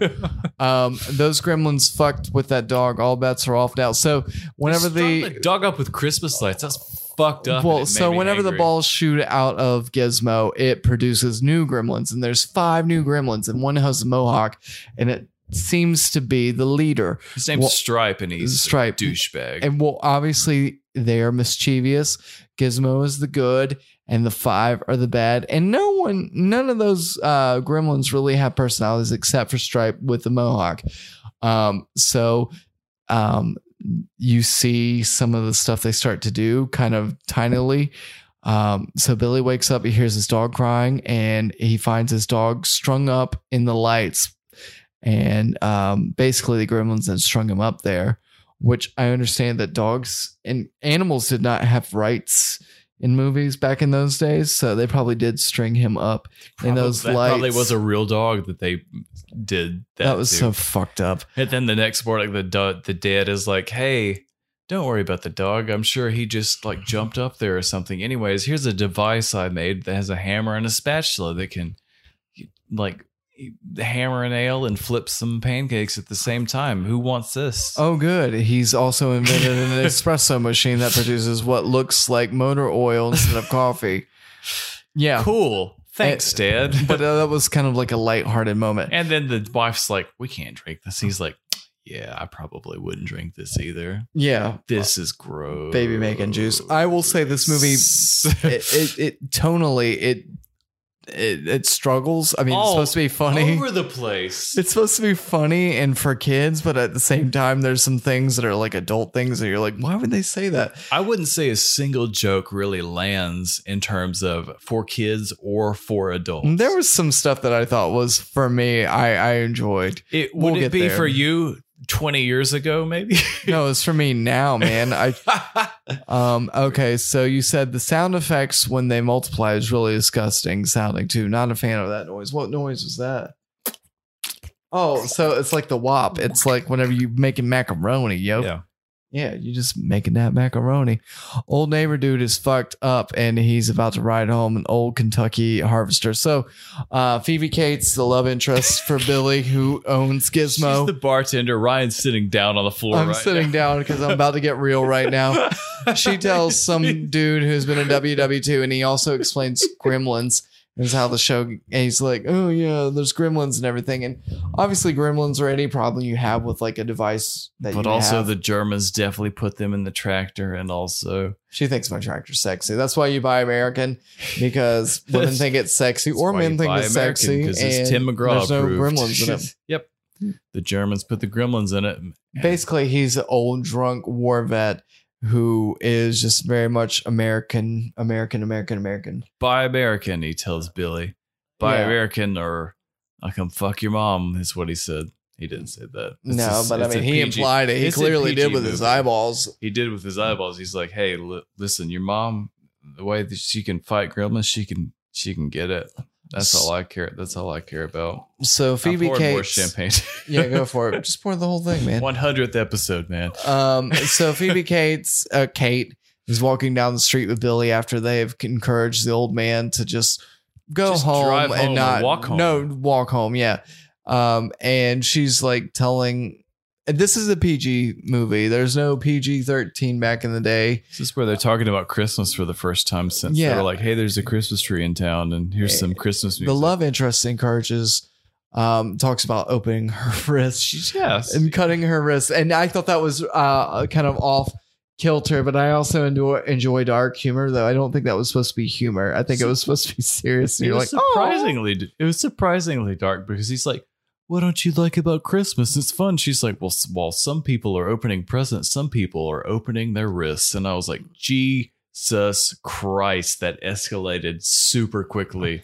S2: Um, those gremlins fucked with that dog. All bets are off now. So whenever
S1: They
S2: the,
S1: strung the dog up with Christmas lights. That's fucked up. and
S2: well,
S1: it
S2: so
S1: made me
S2: whenever the
S1: angry.
S2: balls shoot out of Gizmo, it produces new gremlins, and there's five new gremlins, and one has a mohawk, and it seems to be the leader.
S1: his name's
S2: well,
S1: Stripe, and he's
S2: Stripe.
S1: Stripe douchebag.
S2: And well, obviously they are mischievous. Gizmo is the good, and the five are the bad. And no one, none of those uh, gremlins really have personalities except for Stripe with the mohawk. Um, so, um, you see some of the stuff they start to do kind of tinily. Um, so Billy wakes up, he hears his dog crying, and he finds his dog strung up in the lights. And um, basically, the gremlins had strung him up there which I understand that dogs and animals did not have rights in movies back in those days, so they probably did string him up in those
S1: that
S2: lights.
S1: probably was a real dog that they did that.
S2: that, was
S1: to.
S2: so fucked up.
S1: And then the next morning, the do- the dad is like, "Hey, don't worry about the dog. I'm sure he just
S2: Mm-hmm.
S1: like jumped up there or something. Anyways, here's a device I made that has a hammer and a spatula that can like hammer a nail and flip some pancakes at the same time. Who wants this?
S2: Oh, good. He's also invented an espresso machine that produces what looks like motor oil instead of coffee. Yeah,
S1: cool. Thanks, dad.
S2: but uh, that was kind of like a lighthearted moment.
S1: and then the wife's like, "We can't drink this." He's like, "Yeah, I probably wouldn't drink this either.
S2: Yeah,
S1: This is gross."
S2: baby making juice. I will say this movie, it, it, it tonally it. It, it struggles. I mean, it's
S1: All
S2: supposed to be
S1: Oh,
S2: funny.
S1: over the place.
S2: It's supposed to be funny and for kids, but at the same time, there's some things that are like adult things that you're like, why would they say that?
S1: I wouldn't say a single joke really lands in terms of for kids or for adults.
S2: And There was some stuff that I thought was for me, I, I enjoyed.
S1: it,
S2: we'll
S1: would
S2: get
S1: it be
S2: there.
S1: for you 20 years ago, maybe?
S2: No, it's for me now, man. I Um, okay, so you said the sound effects when they multiply is really disgusting sounding too. Not a fan of that noise. What noise was that? Oh, so it's like the wop. It's like whenever you making macaroni, yo.
S1: Yeah.
S2: Yeah, you just making that macaroni. Old neighbor dude is fucked up and he's about to ride home an old Kentucky harvester. So uh Phoebe Cates, the love interest for Billy, who owns Gizmo.
S1: She's the bartender. Ryan's sitting down on the floor.
S2: I'm
S1: right
S2: sitting
S1: now.
S2: down because I'm about to get real right now. She tells some dude who's been in WW2, and he also explains Gremlins is how the show. And he's like, "Oh yeah, there's Gremlins and everything." And obviously, Gremlins are any problem you have with like a device that.
S1: But
S2: you
S1: also,
S2: have.
S1: the Germans definitely put them in the tractor, and also
S2: she thinks my tractor's sexy. That's why you buy American because women
S1: That's-
S2: think it's sexy,
S1: That's
S2: or
S1: why
S2: men
S1: you
S2: think
S1: buy
S2: it's
S1: American,
S2: sexy.
S1: 'cause it's
S2: and
S1: Tim McGraw
S2: There's no
S1: approved.
S2: Gremlins in it.
S1: yep. The Germans put the Gremlins in it.
S2: Basically, he's an old drunk war vet who is just very much American, American, American, American.
S1: Buy American, he tells Billy. Buy
S2: Yeah.
S1: American, or I come fuck your mom. Is what he said. He didn't say that. It's
S2: no,
S1: a-
S2: but I
S1: it's
S2: mean,
S1: a
S2: he
S1: PG
S2: implied it. He
S1: it's a
S2: clearly
S1: PG
S2: did with his
S1: movie.
S2: eyeballs.
S1: He did with his eyeballs. He's like, "Hey, li- listen, your mom, the way that she can fight gremlins, she can, she can get it. That's all I care. That's all I care about."
S2: So
S1: I'm
S2: Phoebe
S1: pouring more
S2: Cates,
S1: champagne.
S2: yeah, go for it. Just pour the whole thing, man.
S1: One hundredth episode, man.
S2: Um, so Phoebe Cates, uh, Kate is walking down the street with Billy after they have encouraged the old man to just go
S1: Just
S2: home,
S1: drive home
S2: and
S1: or
S2: not
S1: walk home.
S2: No, walk home. Yeah. Um, and she's like telling. and This is a PG movie. There's no PG 13 back in the day.
S1: This is where they're talking about Christmas for the first time since they
S2: Yeah. Eh,
S1: were like, "Hey, there's a Christmas tree in town, and here's some Christmas music."
S2: The love interest encourages, um, talks about opening her wrist.
S1: She's yes.
S2: and cutting her wrist. And I thought that was uh, kind of off kilter, but I also enjoy, enjoy dark humor, though I don't think that was supposed to be humor. I think it was supposed to be serious. And
S1: It
S2: you're like, "Oh,
S1: was surprisingly, it was surprisingly dark because he's like, "What don't you like about Christmas? It's fun." She's like, "Well, s- while some people are opening presents, some people are opening their wrists," and I was like, "Jesus Christ!" That escalated super quickly.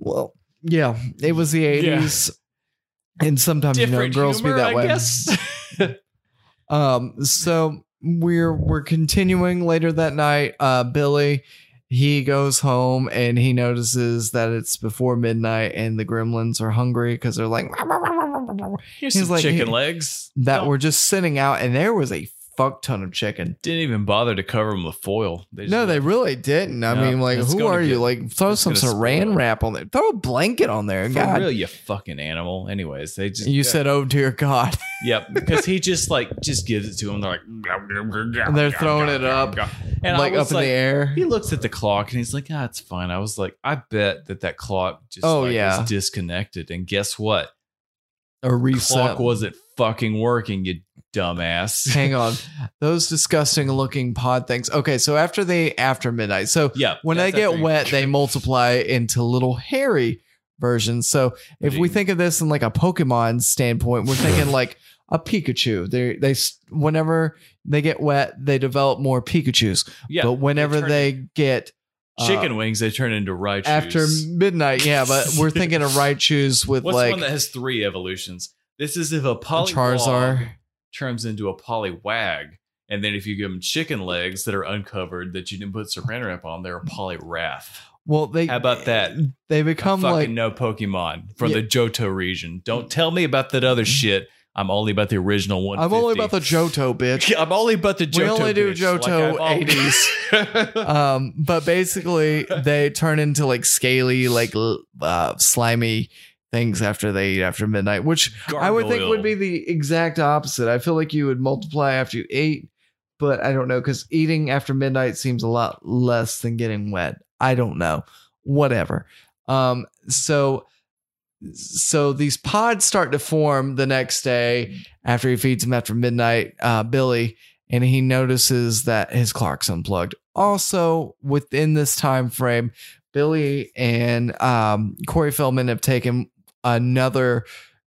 S2: "Oh, well, yeah, it was the 80s. And sometimes, you know, girls be that way. Um, so we're we're continuing later that night. Uh, Billy, he goes home and he notices that it's before midnight and the gremlins are hungry because they're like,
S1: Here's
S2: He's
S1: some
S2: like,
S1: chicken
S2: "Hey,
S1: legs
S2: that
S1: Don't-
S2: were just sitting out, and there was a fuck ton of chicken.
S1: didn't even bother to cover them with foil. They just
S2: No,
S1: went,
S2: they really didn't. I
S1: No,
S2: mean, like,
S1: it's
S2: who
S1: gonna
S2: are you?
S1: get-
S2: Like, throw
S1: it's
S2: some
S1: gonna spoil
S2: saran
S1: it.
S2: wrap on there. Throw a blanket on there.
S1: For
S2: God,
S1: real, you fucking animal. Anyways, they just
S2: you said, "Oh dear God."
S1: yep because he just like just gives it to him. They're like, "Mm."
S2: And they're throwing it up,
S1: and I
S2: like
S1: was
S2: up in the air.
S1: He looks at the clock and he's like, "Ah, it's fine." I was like, "I bet that that clock just
S2: Oh,
S1: like,
S2: yeah.
S1: was disconnected." And guess what?
S2: A
S1: The
S2: reset.
S1: clock wasn't fucking working. You dumbass.
S2: Hang on, those disgusting looking pod things. Okay, so after they after midnight, so
S1: yeah.
S2: when they
S1: that's
S2: get
S1: after-
S2: wet, they multiply into little hairy versions. So if we
S1: Indeed.
S2: think of this in like a Pokemon standpoint, we're thinking like a Pikachu. They they s- whenever they get wet, they develop more Pikachu's.
S1: Yeah.
S2: but whenever
S1: turn
S2: they, get uh,
S1: chicken wings, they turn into Raichus.
S2: after midnight, yeah. But we're thinking of Raichu's with
S1: what's the
S2: like
S1: one that has three evolutions? This is if a
S2: a
S1: polywog
S2: Charizard.
S1: turns into a polywag. And then if you give them chicken legs that are uncovered that you didn't put saran wrap on, they're a polywrath.
S2: Well, they
S1: How about that?
S2: They become
S1: fucking
S2: like
S1: no Pokemon from
S2: Yeah. Mm-hmm.
S1: the Johto region. Don't tell me about that other shit. I'm only about the original one.
S2: I'm only about the Johto bitch.
S1: I'm only about the Johto.
S2: We only do
S1: bitch. Like,
S2: Johto
S1: I'm all-
S2: 80s. um but basically they turn into like scaly like l- uh, slimy things after they eat after midnight which i would think would
S1: Gargoyle.
S2: be the exact opposite i feel like you would multiply after you ate but i don't know because eating after midnight seems a lot less than getting wet i don't know whatever um so so these pods start to form the next day after he feeds him after midnight uh billy and he notices that his clock's unplugged. Also, within this time frame, Billy and um, Corey Feldman have taken another.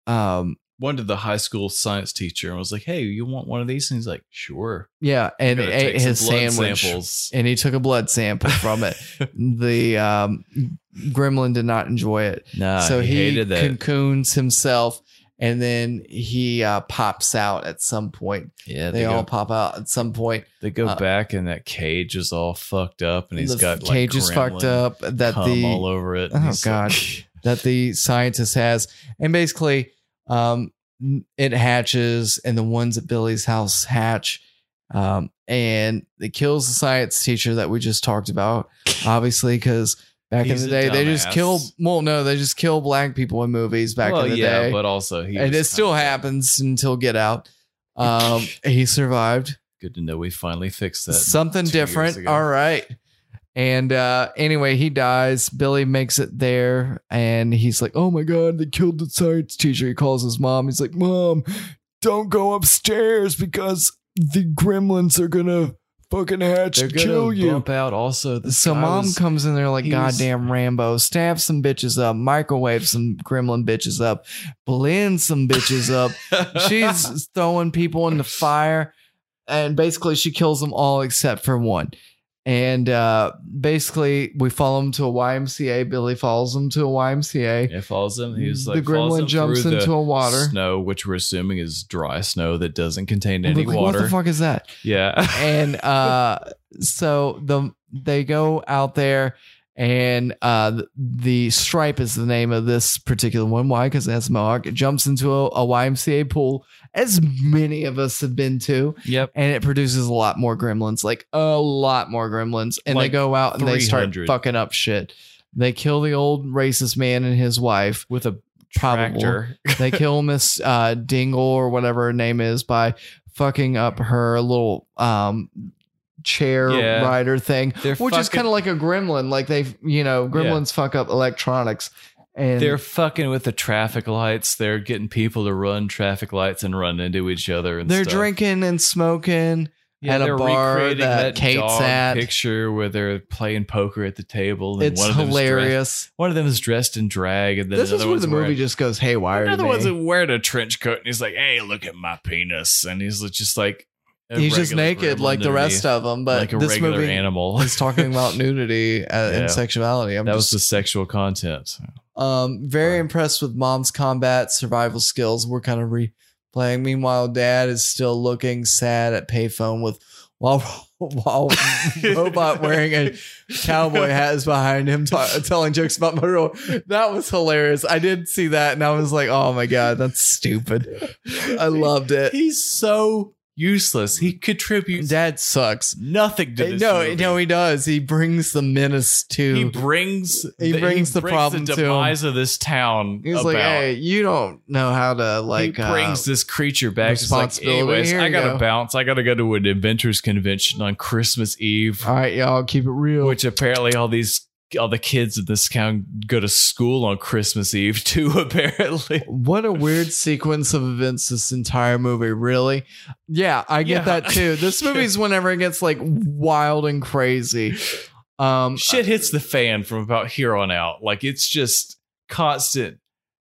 S2: Um,
S1: One to the high school science teacher and was like, "Hey, you want one of these?" And he's like, "Sure."
S2: yeah,
S1: I'm
S2: and
S1: gonna
S2: ate
S1: take some
S2: his
S1: blood
S2: sandwich,
S1: samples.
S2: and he took a blood sample from it. the um, gremlin did not enjoy it,
S1: Nah,
S2: so he,
S1: Uh, hated that.
S2: cocoons himself and then he uh, pops out at some point.
S1: Yeah,
S2: They,
S1: they,
S2: all
S1: go,
S2: pop out at some point.
S1: they go
S2: uh,
S1: back and that cage is all fucked up, and he's
S2: the
S1: got
S2: cage
S1: like
S2: is fucked
S1: gremlin
S2: up. That
S1: cum
S2: the
S1: all over it. and
S2: Oh,
S1: he's
S2: God.
S1: like-
S2: that the scientist has. And basically, um, it hatches, and the ones at Billy's house hatch. Um, and it kills the science teacher that we just talked about, obviously, because back
S1: He's
S2: in the
S1: a
S2: day, they just
S1: dumbass.
S2: kill, well, no, they just kill black people in movies back
S1: well,
S2: in the
S1: yeah,
S2: day.
S1: but also he
S2: and
S1: was
S2: it still
S1: kinda-
S2: happens until Get Out. Um, he survived
S1: Good to know we finally fixed that.
S2: something
S1: two years
S2: different.
S1: ago.
S2: All right. And uh, anyway, he dies. Billy makes it there, and he's like, "Oh my god, they killed the science teacher." He calls his mom. He's like, "Mom, don't go upstairs because the gremlins are gonna fucking hatch
S1: They're
S2: to
S1: gonna
S2: kill you."
S1: bump out. Also, this
S2: So
S1: guy
S2: mom
S1: was-
S2: comes in there like
S1: he was-
S2: goddamn Rambo, stabs some bitches up, microwave some gremlin bitches up, blends some bitches up, she's throwing people in the fire and basically she kills them all except for one and uh basically we follow him to a ymca billy follows him to a ymca
S1: It follows him. He's like
S2: the gremlin jumps into
S1: the
S2: a water
S1: snow, which we're assuming is dry snow that doesn't contain
S2: I'm
S1: any
S2: like,
S1: water.
S2: what the fuck is that
S1: Yeah,
S2: and uh so the they go out there and uh the stripe is the name of this particular one why because that's mohawk it jumps into a, a ymca pool as many of us have been to
S1: yep.
S2: and it produces a lot more gremlins, like a lot more gremlins. And they
S1: Like
S2: go out and they start
S1: 300.
S2: fucking up shit. They kill the old racist man and his wife.
S1: With a
S2: Probable.
S1: tractor.
S2: They kill Miss uh, Dingle or whatever her name is by fucking up her little um, chair
S1: Yeah.
S2: rider thing,
S1: They're
S2: which is
S1: fucking-
S2: kind of like a gremlin. Like they, you know, gremlins fuck up electronics. And
S1: They're fucking with the traffic lights. They're getting people to run traffic lights and run into each other. And
S2: they're
S1: stuff.
S2: drinking and smoking.
S1: Yeah,
S2: at a
S1: they're
S2: bar
S1: recreating
S2: that Kate's
S1: dog
S2: at.
S1: Picture where they're playing poker at the table. And
S2: It's
S1: one of them's Dressed,
S2: hilarious.
S1: one of them is dressed in drag, and then
S2: This
S1: another
S2: is where
S1: one's
S2: the movie
S1: wearing-
S2: just goes haywire. to
S1: Another one's
S2: me.
S1: wearing a trench coat, and he's like, "Hey, look at my penis," and he's just like, a
S2: he's just
S1: regular
S2: naked
S1: gremlin
S2: like the rest
S1: underneath,
S2: of them but
S1: like a
S2: this
S1: regular
S2: movie
S1: animal.
S2: is talking about nudity uh,
S1: Yeah.
S2: and sexuality i'm
S1: that was
S2: just
S1: the sexual content.
S2: um very impressed with mom's combat survival skills we're kind of replaying meanwhile dad is still looking sad at payphone with while while robot wearing a cowboy hat is behind him ta- telling jokes about motor that was hilarious i did see that and i was like oh my god that's stupid i loved it
S1: He's so useless. He contributes
S2: dad sucks
S1: nothing to
S2: Uh,
S1: this.
S2: no,
S1: movie.
S2: no, he does. He brings the menace to.
S1: he brings
S2: He brings the problem to
S1: the
S2: him.
S1: demise of this town.
S2: He's
S1: about.
S2: like, hey, you don't know how to like.
S1: he
S2: uh,
S1: brings this creature back. He's like,
S2: responsibility.
S1: anyways,
S2: Here
S1: I
S2: you
S1: gotta
S2: go."
S1: bounce. I gotta go to an inventors convention on Christmas Eve,
S2: all right, y'all, keep it real.
S1: which apparently all these all the kids in this town go to school on Christmas Eve too. Apparently,
S2: what a weird sequence of events this entire movie. Really, yeah, I get
S1: Yeah.
S2: that too. This movie's whenever it gets like wild and crazy. Um,
S1: shit hits the fan from about here on out. Like it's just constant,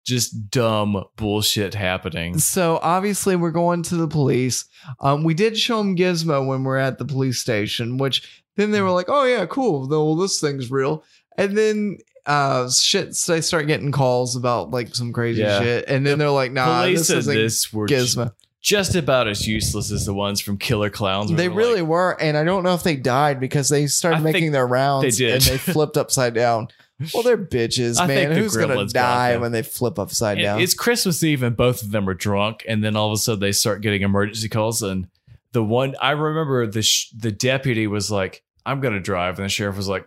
S1: just dumb bullshit happening.
S2: So obviously we're going to the police. Um, we did show him Gizmo when we're at the police station, which then
S1: Mm.
S2: they were like, "Oh yeah, cool. though, Well, this thing's real." And then uh, shit, so they start getting calls about like some crazy
S1: Yeah.
S2: shit, and then they're like, "Nah,
S1: Police
S2: this
S1: in
S2: isn't
S1: this were
S2: Gizmo."
S1: just about as useless as the ones from Killer Clowns. where
S2: They
S1: they're
S2: really
S1: like,
S2: were, and I don't know if they died because they started
S1: I
S2: making
S1: think
S2: their rounds
S1: they did.
S2: and they flipped upside down. Well, they're bitches,
S1: I think
S2: man.
S1: the
S2: Who's gonna
S1: gremlins got
S2: die
S1: them.
S2: when they flip upside
S1: It-
S2: down?
S1: It's Christmas Eve and both of them are drunk, and then all of a sudden they start getting emergency calls. And the one I remember, the sh- the deputy was like, "I'm gonna drive," and the sheriff was like,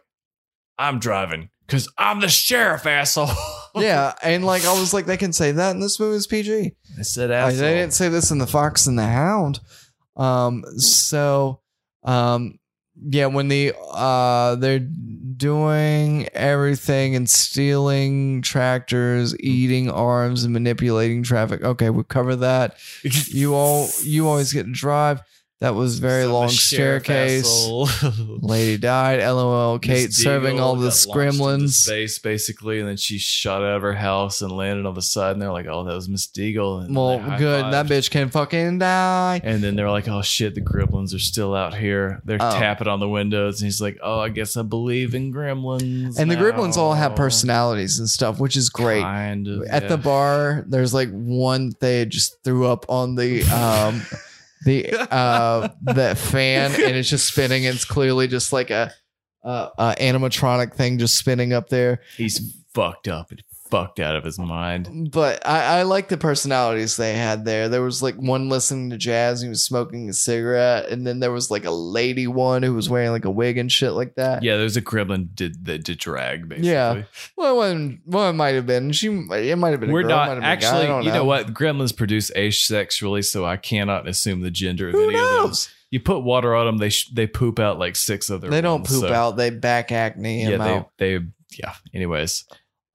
S1: "I'm driving because I'm the sheriff, asshole."
S2: yeah, and like I was like, they can say that, and this movie's PG.
S1: I said,
S2: I,
S1: "Asshole."
S2: they didn't say this in the Fox and the Hound. Um, so, um, yeah, when the uh, they're doing everything and stealing
S1: Hmm.
S2: tractors, eating arms, and manipulating traffic. Okay, we cover that. You all, you always get to drive. That was very
S5: Some
S2: long
S5: sheriff
S2: staircase.
S5: asshole.
S2: Lady died. LOL. Kate
S1: Miss
S2: serving
S1: Deagle
S2: all the
S1: got launched into
S2: gremlins.
S1: space basically, and then she shot out of her house and landed on the side, and they're like, "Oh, that was Miss Deagle." And
S2: Well,
S1: they high-fived.
S2: good. That bitch can fucking die.
S1: And then they're like, "Oh shit, the gremlins are still out here." They're
S2: Oh.
S1: tapping on the windows, and he's like, "Oh, I guess I believe in gremlins."
S2: And the
S1: now."
S2: gremlins all have personalities and stuff, which is great.
S1: Kind of,
S2: At
S1: yeah.
S2: the bar, there's like one they just threw up on the um the uh the fan and it's just spinning and it's clearly just like a uh, uh animatronic thing just spinning up there.
S1: he's fucked up and fucked out of his mind.
S2: But I, I like the personalities they had there. There was like one listening to jazz and he was smoking a cigarette, and then there was like a lady one who was wearing like a wig and shit like that.
S1: Yeah, there's a gremlin did that did drag basically.
S2: Yeah. Well, it wasn't, well, it might have been. She, it might have been. A
S1: We're
S2: girl, might have
S1: not
S2: been a guy, I
S1: actually.
S2: don't
S1: you know. what? Gremlins produce asexually, so I cannot assume the gender of
S2: Who
S1: any of
S2: knows?
S1: those. You put water on them, they sh- they poop out like six other.
S2: They don't
S1: ones,
S2: poop
S1: so-
S2: out. They back acne him
S1: Yeah, they, they yeah. Anyways,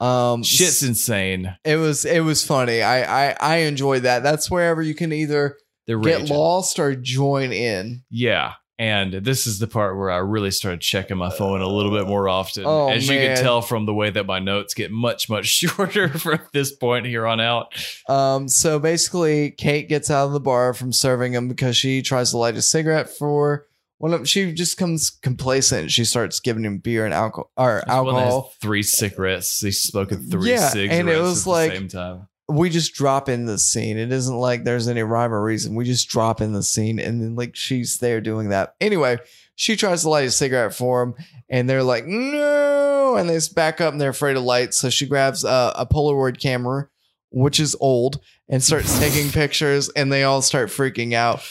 S2: out. Um,
S1: shit's
S2: s-
S1: insane.
S2: It was it was funny. I I, I enjoyed that. That's wherever you can either
S1: They're
S2: get
S1: raging.
S2: lost or join in.
S1: Yeah. And this is the part where I really started checking my phone a little bit more often.
S2: Oh,
S1: As you
S2: man.
S1: can tell from the way that my notes get much, much shorter from this point here on out.
S2: Um, so basically, Kate gets out of the bar from serving him because she tries to light a cigarette for. Well, no, she just comes complacent. She starts giving him beer and alcohol or
S1: This one has
S2: alcohol.
S1: Three cigarettes. He's smoking three
S2: Yeah, and it
S1: cigarettes
S2: was
S1: at the
S2: like-
S1: same time.
S2: we just drop in the scene. It isn't like there's any rhyme or reason. We just drop in the scene and then like she's there doing that. Anyway, she tries to light a cigarette for him and they're like, no. And they just back up and they're afraid of light. So she grabs a, a Polaroid camera, which is old, and starts taking pictures and they all start freaking out.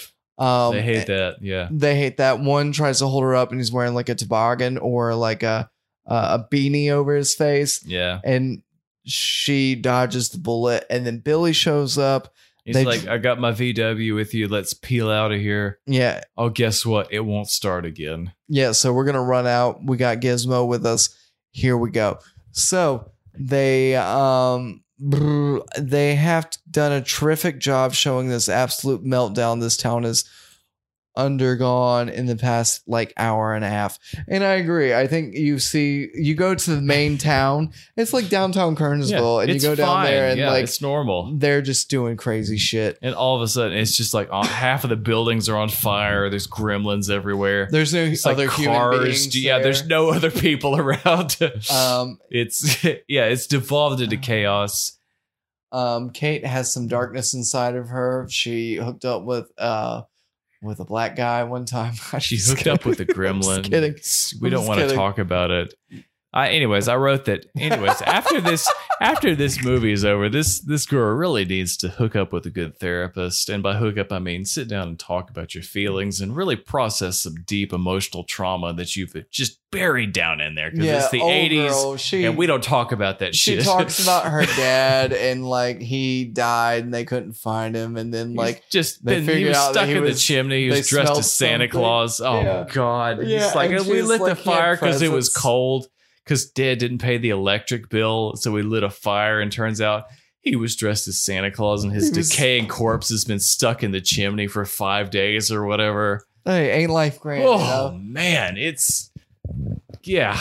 S2: Um,
S1: they hate that. Yeah.
S2: they hate that. One tries to hold her up and he's wearing like a toboggan or like a, a beanie over his face
S1: Yeah.
S2: and she dodges the bullet and then billy shows up
S1: He's
S2: They-
S1: like, I got my VW with you. Let's peel out of here.
S2: yeah
S1: Oh, guess what? It won't start again.
S2: yeah so we're gonna run out we got gizmo with us here we go so they um brr, they have done a terrific job showing this absolute meltdown this town has undergone in the past like hour and a half and i agree i think you see you go to the main town it's like downtown kernersville and you
S1: it's
S2: go down there
S1: fine.
S2: and
S1: Yeah,
S2: like
S1: it's normal.
S2: they're just doing crazy shit
S1: And all of a sudden, it's just like all, half of the buildings are on fire. There's gremlins everywhere.
S2: There's no
S1: It's
S2: other
S1: like
S2: human
S1: cars.
S2: beings.
S1: do- yeah, there's
S2: there.
S1: no other people around.
S2: Um,
S1: it's yeah, it's devolved into chaos.
S2: um, Kate has some darkness inside of her. She hooked up with uh, with a black guy one time.
S1: She hooked up with a gremlin.
S2: Just kidding.
S1: We
S2: I'm
S1: don't
S2: just
S1: want to
S2: kidding.
S1: talk about it. I, anyways, I wrote that. Anyways, after this, after this movie is over, this this girl really needs to hook up with a good therapist. And by hook up, I mean sit down and talk about your feelings and really process some deep emotional trauma that you've just buried down in there. Because
S2: Yeah,
S1: it's the
S2: old
S1: '80s,
S2: girl, she,
S1: and we don't talk about that
S2: She
S1: shit.
S2: talks about her dad and like he died and they couldn't find him and then
S1: He's
S2: like
S1: just
S2: they
S1: been, he
S2: figured
S1: was
S2: out that
S1: stuck
S2: he
S1: in the
S2: was-
S1: chimney. He
S2: they
S1: was dressed
S2: smelled
S1: as Santa
S2: something.
S1: Claus. Oh
S2: Yeah.
S1: god!
S2: Yeah,
S1: He's like
S2: and
S1: we
S2: she's
S1: lit the
S2: like, "Can't
S1: fire because it was
S2: presents."
S1: cold. Because Dad didn't pay the electric bill, so we lit a fire. And turns out he was dressed as Santa Claus, and his
S2: He was-
S1: decaying corpse has been stuck in the chimney for five days or whatever.
S2: hey, ain't life grand? you
S1: Oh
S2: know?
S1: man, it's yeah.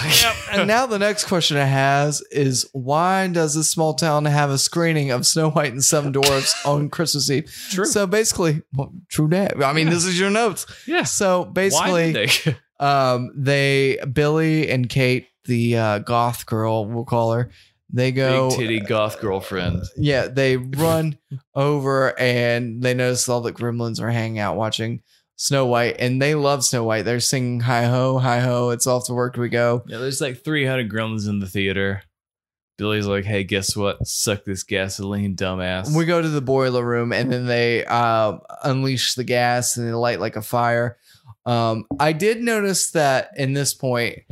S2: and now the next question it has is why does this small town have a screening of Snow White and Seven Dwarfs on Christmas Eve?
S1: True.
S2: So basically, well, true that. I mean, this is your notes.
S1: yeah.
S2: So
S1: Why
S2: basically,
S1: did they?
S2: um, they Billy and Kate, the uh, goth girl, we'll call her. They go,
S1: Big titty goth girlfriend.
S2: yeah, they run over and they notice all the gremlins are hanging out watching Snow White, and they love Snow White. They're singing "Hi ho, hi ho, it's off to work we go."
S1: Yeah, there's like 300 gremlins in the theater. Billy's like, hey, guess what? Suck this gasoline, dumbass.
S2: We go to the boiler room and then they uh, unleash the gas and they light like a fire. Um, I did notice that in this point,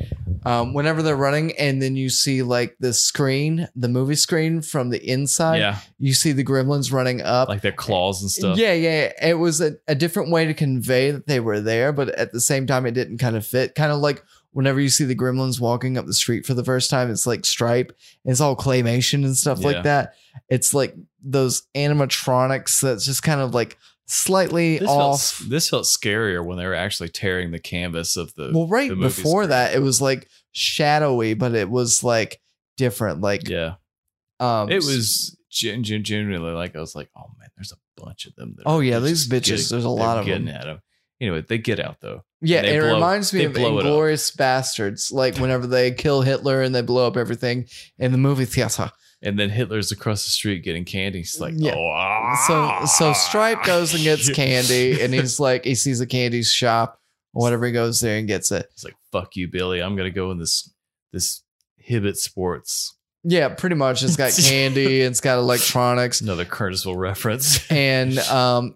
S2: um, whenever they're running and then you see like the screen, the movie screen from the inside,
S1: yeah,
S2: you see the gremlins running up.
S1: like their claws and stuff.
S2: yeah, yeah, yeah. It was a, a different way to convey that they were there, but at the same time, it didn't kind of fit. Kind of like whenever you see the gremlins walking up the street for the first time, it's like Stripe. It's all claymation and stuff
S1: Yeah.
S2: like that. It's like those animatronics that's just kind of like slightly
S1: This felt,
S2: off.
S1: this felt scarier when they were actually tearing the canvas of the.
S2: well, right
S1: the movie
S2: before
S1: screen.
S2: that, it was like shadowy, but it was like different. Like
S1: Yeah.
S2: um,
S1: It was gen- gen- genuinely like, I was like, oh man, there's a bunch of them. that
S2: Oh,
S1: are
S2: yeah,
S1: just
S2: these bitches, there's
S1: they're
S2: a lot of
S1: getting
S2: them.
S1: at 'em. Anyway, they get out though.
S2: Yeah,
S1: They
S2: it
S1: blow-
S2: reminds me
S1: they
S2: of
S1: blow it up.
S2: Inglorious Bastards. Like whenever they kill Hitler and they blow up everything in the movie theater.
S1: And then Hitler's across the street getting candy. He's like,
S2: Yeah.
S1: oh,
S2: So
S1: ah."
S2: so Stripe goes and gets candy, and he's like he sees a candy shop or whatever. He goes there and gets it.
S1: It's like, fuck you, Billy. I'm gonna go in this this Hibbit Sports.
S2: Yeah, pretty much. It's got candy. and it's got electronics.
S1: It's another Curtisville reference.
S2: and um,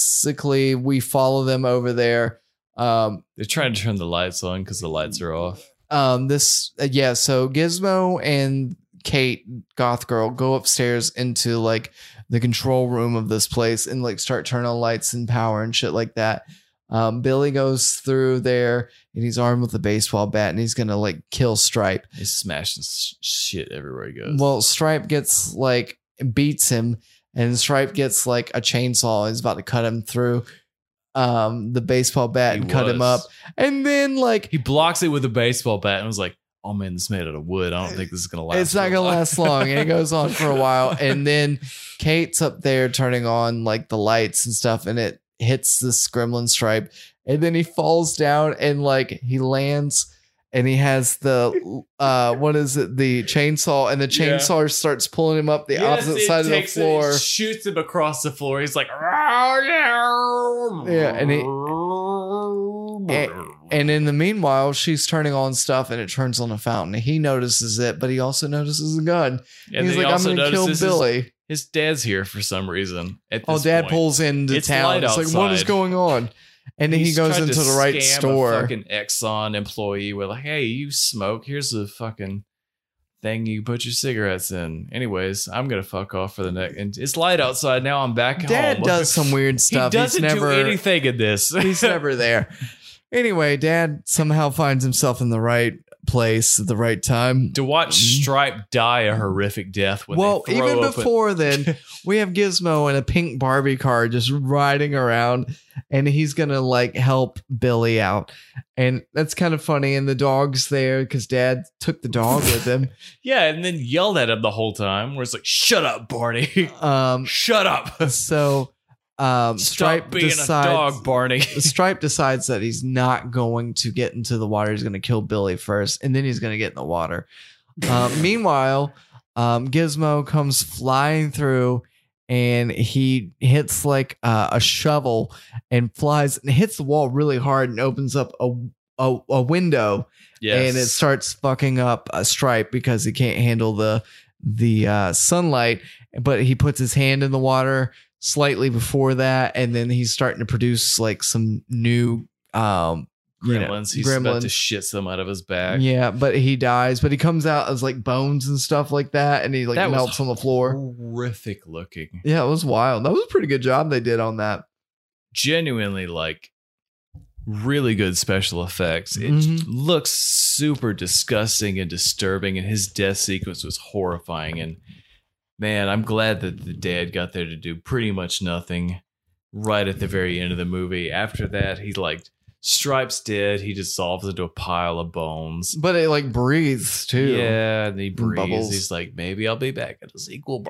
S2: basically we follow them over there. Um,
S1: They're trying to turn the lights on because the lights are off.
S2: um, this uh, yeah, so Gizmo and Kate Goth Girl go upstairs into like the control room of this place and like start turning on lights and power and shit like that. Um, Billy goes through there and he's armed with a baseball bat and he's gonna like kill Stripe.
S1: He's smashing sh- shit everywhere he goes.
S2: Well, Stripe gets like beats him, and Stripe gets like a chainsaw. He's about to cut him through um the baseball bat
S1: He
S2: and cut him up.
S1: was.
S2: And then like
S1: He blocks it with a baseball bat and was like, "Oh man, this is made out of wood. I don't think this is gonna last.
S2: it's not
S1: real
S2: gonna last long, and it goes on for a while. And then Kate's up there turning on like the lights and stuff, and it hits this gremlin stripe, and then he falls down and like he lands. And he has the uh, what is it? The chainsaw, and the
S1: Yeah.
S2: chainsaw starts pulling him up the opposite side of the floor.
S1: shoots him across the floor. He's like, "Oh yeah,
S2: Yeah, and it- And in the meanwhile, she's turning on stuff and it turns on a fountain. He notices it, but he also notices a gun.
S1: And then
S2: He's like,
S1: he
S2: I'm
S1: also
S2: going to kill
S1: notices his-
S2: Billy.
S1: His dad's here for some reason. At
S2: Oh,
S1: this
S2: dad
S1: point.
S2: pulls into
S1: It's
S2: town.
S1: light
S2: It's like, what is
S1: outside."
S2: going on? And then he
S1: He's
S2: goes
S1: tried to
S2: into the right
S1: scam a
S2: store.
S1: fucking Exxon employee with like, "Hey, you smoke? Here's a fucking thing you put your cigarettes in." Anyways, I'm gonna fuck off for the next. And it's light outside now. I'm back
S2: Dad
S1: home.
S2: does some weird
S1: He
S2: stuff.
S1: doesn't
S2: he's never
S1: do anything in this.
S2: he's never there. Anyway, dad somehow finds himself in the right place at the right time.
S1: to watch Stripe die a horrific death when
S2: Mm-hmm. well,
S1: they throw
S2: even
S1: open-
S2: before then, we have Gizmo in a pink Barbie car just riding around, and he's gonna like help Billy out, and that's kind of funny. And the dog's there because Dad took the dog with him.
S1: yeah, and then yelled at him the whole time. Where it's like, "Shut up, Barney!
S2: Um,
S1: Shut up!
S2: so
S1: Stop
S2: um, Stripe
S1: being
S2: decides.
S1: a dog, Barney."
S2: Stripe decides that he's not going to get into the water. He's going to kill Billy first, and then he's going to get in the water. Uh, meanwhile, um, Gizmo comes flying through, and he hits like uh, a shovel and flies and hits the wall really hard and opens up a a, a window,
S1: Yes.
S2: and it starts fucking up a Stripe because he can't handle the the uh, sunlight. But he puts his hand in the water slightly before that, and then he's starting to produce like some new um you know,
S1: gremlins. he's about to shit some out of his back.
S2: yeah, but he dies, but he comes out as like bones and stuff like that, and he like
S1: That was
S2: melts on the floor.
S1: Horrific looking.
S2: Yeah, it was wild. That was a pretty good job they did on that.
S1: Genuinely like really good special effects. It
S2: Mhm.
S1: looks super disgusting and disturbing and his death sequence was horrifying and man, I'm glad that the dad got there to do pretty much nothing right at the very end of the movie. After that, he like Stripes dead. He dissolves into a pile of bones.
S2: But it like breathes too.
S1: Yeah, and he breathes.
S2: Bubbles.
S1: He's like, maybe I'll be back at the sequel.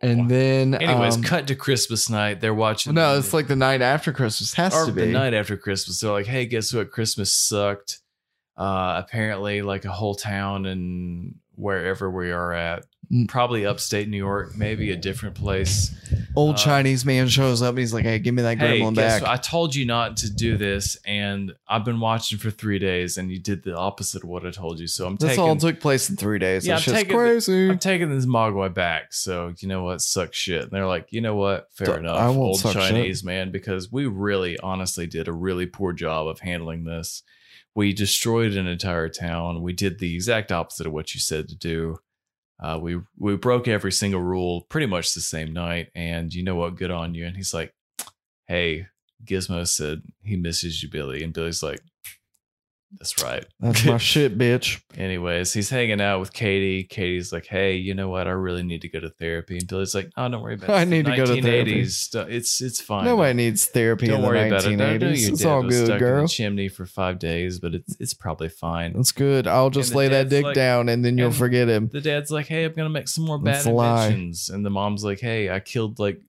S2: And then
S1: Anyways,
S2: um,
S1: cut to Christmas night. They're watching.
S2: no, it's like the night after Christmas has
S1: or
S2: to be.
S1: the night after Christmas. They're like, hey, guess what? Christmas sucked. Uh, apparently, like a whole town and wherever we are at,
S2: Mm.
S1: probably upstate New York, maybe a different place.
S2: Old
S1: uh,
S2: Chinese man shows up and he's like, "Hey, give me that
S1: Hey,
S2: gremlin
S1: guess
S2: back."
S1: what? I told you not to do this, and I've been watching for three days, and you did the opposite of what I told you. So I'm
S2: this
S1: taking
S2: all took place in three days.
S1: Yeah,
S2: Yeah, it's
S1: I'm
S2: just
S1: taking the-
S2: crazy.
S1: I'm taking this Mogwai back. So you know what? Suck shit. And they're like, you know what? Fair
S2: D-
S1: enough,
S2: I won't
S1: old
S2: suck shit.
S1: Chinese man, because we really honestly did a really poor job of handling this. We destroyed an entire town. We did the exact opposite of what you said to do. Uh, we we broke every single rule pretty much the same night. And you know what? Good on you. And he's like, hey, Gizmo said he misses you, Billy. And Billy's like, That's right.
S2: That's my shit, bitch.
S1: Anyways, he's hanging out with Katie. Katie's like, "Hey, you know what? I really need to go to therapy." And Billy's like, "Oh, don't worry about it.
S2: I
S1: It's
S2: need
S1: the
S2: to go to therapy.
S1: 1980s stuff. It's it's fine.
S2: Nobody needs therapy
S1: don't
S2: in the
S1: worry about it.
S2: 1980s.
S1: Don't do you
S2: it's
S1: did. I
S2: all
S1: was stuck
S2: good,
S1: In
S2: girl.
S1: the chimney for five days, but it's it's probably fine."
S2: That's good. I'll
S1: And
S2: just
S1: the
S2: lay that
S1: dad's
S2: dick
S1: like-
S2: down and then you'll
S1: and
S2: forget him.
S1: The dad's like, "Hey, I'm gonna make some more bad
S2: That's a lie.
S1: inventions," and the mom's like, "Hey, I killed like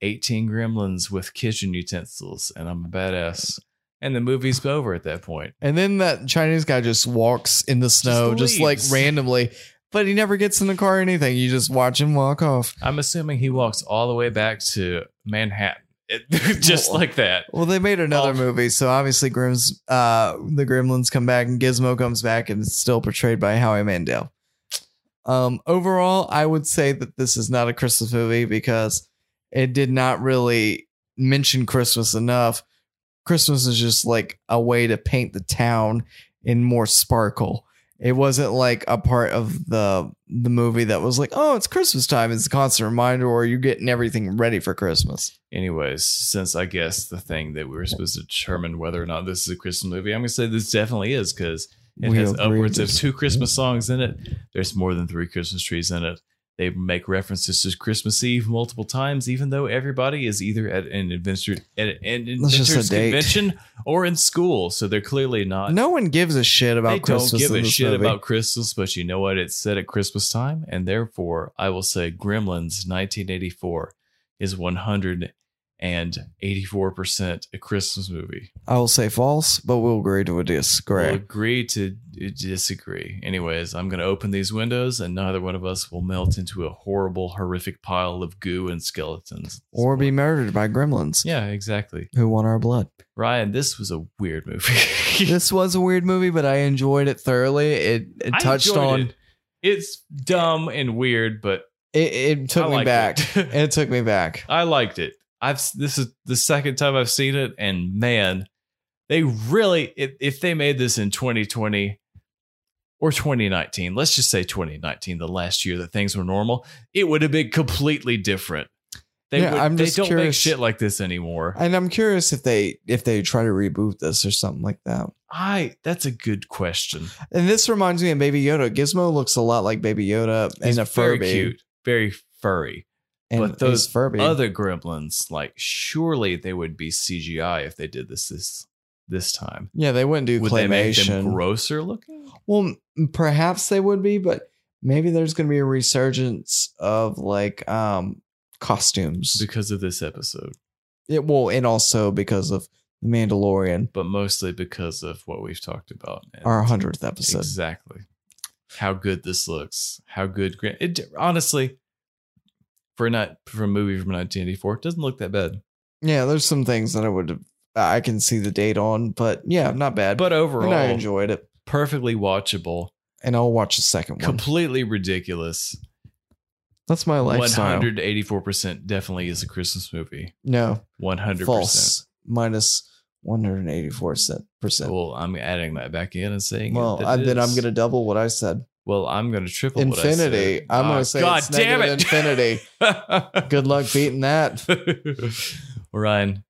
S1: 18 gremlins with kitchen utensils, and I'm a badass." And the movie's over at that point.
S2: And then that Chinese guy just walks in the snow, just, like
S1: leaves.
S2: randomly, but he never gets in the car or anything. You just watch him walk off.
S1: I'm assuming he walks all the way back to Manhattan, It- just
S2: Well-
S1: like that.
S2: Well, they made another
S1: Oh.
S2: movie, so obviously Grimm's, uh, the Gremlins come back, and Gizmo comes back, and it's still portrayed by Howie Mandel. Um, overall, I would say that this is not a Christmas movie because it did not really mention Christmas enough. Christmas is just like a way to paint the town in more sparkle. It wasn't like a part of the the movie that was like, oh, it's Christmas time. It's a constant reminder, or you're getting everything ready for Christmas.
S1: Anyways, since I guess the thing that we were supposed to determine whether or not this is a Christmas movie, I'm gonna say this definitely is because it
S2: We
S1: has
S2: agree
S1: upwards of
S2: this-
S1: two Christmas songs in it. There's more than three Christmas trees in it. They make references to Christmas Eve multiple times, even though everybody is either at an adventure at an
S2: That's just a
S1: adventures
S2: date.
S1: convention or in school, so they're clearly not.
S2: No one gives a shit about
S1: they
S2: Christmas.
S1: don't give
S2: in
S1: a
S2: this
S1: shit
S2: movie.
S1: about Christmas, but you know what? It's set at Christmas time, and therefore, I will say Gremlins 1984 is 184% a Christmas movie.
S2: I will say false, but we'll agree to a
S1: We'll
S2: disagree.
S1: agree to disagree. Anyways, I'm going to open these windows, and neither one of us will melt into a horrible, horrific pile of goo and skeletons.
S2: Or be murdered by gremlins
S1: yeah, exactly.
S2: who want our blood.
S1: Ryan, this was a weird movie.
S2: this was a weird movie, but I enjoyed it thoroughly. It, it
S1: I
S2: touched
S1: enjoyed
S2: on
S1: it. It's dumb and weird, but
S2: it. It took
S1: I
S2: me
S1: liked
S2: back.
S1: it.
S2: It. took me back.
S1: I liked it. I've this is the second time I've seen it, and man, they really if, if they made this in 2020 or 2019, let's just say 2019, the last year that things were normal, it would have been completely different. They
S2: Yeah,
S1: would,
S2: I'm
S1: they
S2: just
S1: don't make
S2: curious.
S1: shit like this anymore.
S2: And I'm curious if they if they try to reboot this or something like that.
S1: I that's a good question.
S2: And this reminds me of Baby Yoda. Gizmo looks a lot like Baby Yoda
S1: He's
S2: and a
S1: very
S2: Furby.
S1: cute, very furry.
S2: And
S1: But those
S2: he's Furby.
S1: Other gremlins, like surely they would be CGI if they did this this this time.
S2: yeah, they wouldn't do
S1: Would they make them
S2: claymation.
S1: grosser looking?
S2: Well, m- perhaps they would be, but maybe there's going to be a resurgence of like um costumes.
S1: because of this episode,
S2: It will, and also because of the Mandalorian,
S1: but mostly because of what we've talked about. And
S2: our hundredth episode.
S1: Exactly. How good this looks. How good. Gran- It, honestly, for not for a movie from 1984, it doesn't look that bad.
S2: Yeah, there's some things that I would I can see the date on, but yeah, not bad.
S1: But overall,
S2: and I enjoyed it,
S1: perfectly watchable,
S2: and I'll watch the second one.
S1: completely ridiculous.
S2: That's my lifestyle.
S1: 184% definitely is a Christmas movie.
S2: No,
S1: 100%.
S2: false minus one hundred eighty four percent.
S1: Well, I'm adding that back in and saying,
S2: Well,
S1: that
S2: I,
S1: it
S2: then I'm
S1: is.
S2: gonna double what I said.
S1: Well, I'm gonna triple what I said.
S2: Infinity. I'm
S1: Ah,
S2: gonna say
S1: God
S2: it's
S1: damn
S2: negative
S1: it,
S2: infinity. Good luck beating that.
S1: Ryan,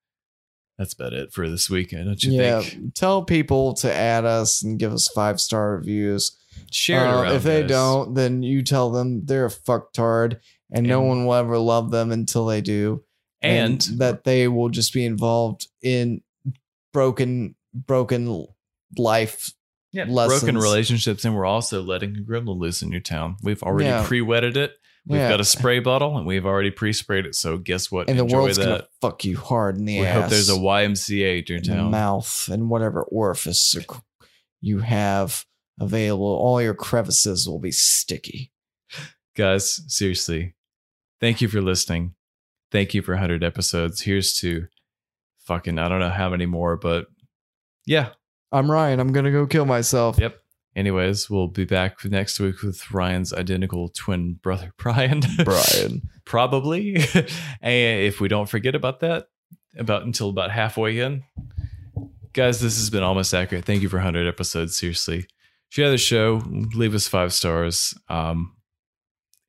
S1: that's about it for this weekend, don't you think?
S2: Tell people to add us and give us five star reviews.
S1: Share it
S2: Uh,
S1: around
S2: if they
S1: us.
S2: don't, then you tell them they're a fucktard and, no
S1: And-
S2: one will ever love them until they do.
S1: and,
S2: that they will just be involved in broken, broken life.
S1: yeah, broken
S2: lessons.
S1: relationships, and we're also letting a gremlin loose in your town. We've already
S2: Yeah.
S1: pre-wetted it. We've
S2: Yeah.
S1: got a spray bottle, and we've already pre-sprayed it. So guess what?
S2: and the
S1: Enjoy
S2: world's
S1: that.
S2: gonna fuck you hard in the
S1: we
S2: ass.
S1: hope there's a YMCA at your
S2: in the
S1: town.
S2: mouth and whatever orifice or c- you have available. All your crevices will be sticky.
S1: guys seriously thank you for listening thank you for 100 episodes here's to fucking i don't know how many more but yeah
S2: I'm Ryan. I'm gonna go kill myself.
S1: yep anyways we'll be back next week with ryan's identical twin brother brian
S2: Brian.
S1: probably and if we don't forget about that about until about halfway in guys this has been almost accurate thank you for 100 episodes seriously share the show leave us five stars um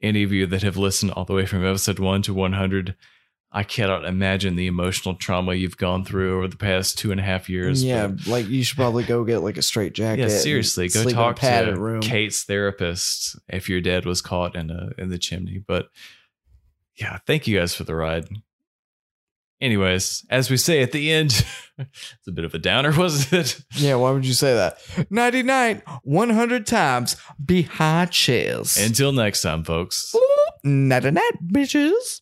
S1: any of you that have listened all the way from episode 1 to 100 I cannot imagine the emotional trauma you've gone through over the past two and a half years.
S2: yeah,
S1: but-
S2: like you should probably go get like a straight jacket.
S1: yeah,
S2: and
S1: seriously, go
S2: sleep in a
S1: talk
S2: padded
S1: to
S2: room.
S1: Kate's therapist if your dad was caught in a in the chimney. But yeah, thank you guys for the ride. Anyways, as we say at the end, it's a bit of a downer, wasn't it?
S2: Yeah, why would you say that? Ninety nine, one hundred times be high chairs.
S1: Until next time, folks.
S2: Night and night, bitches.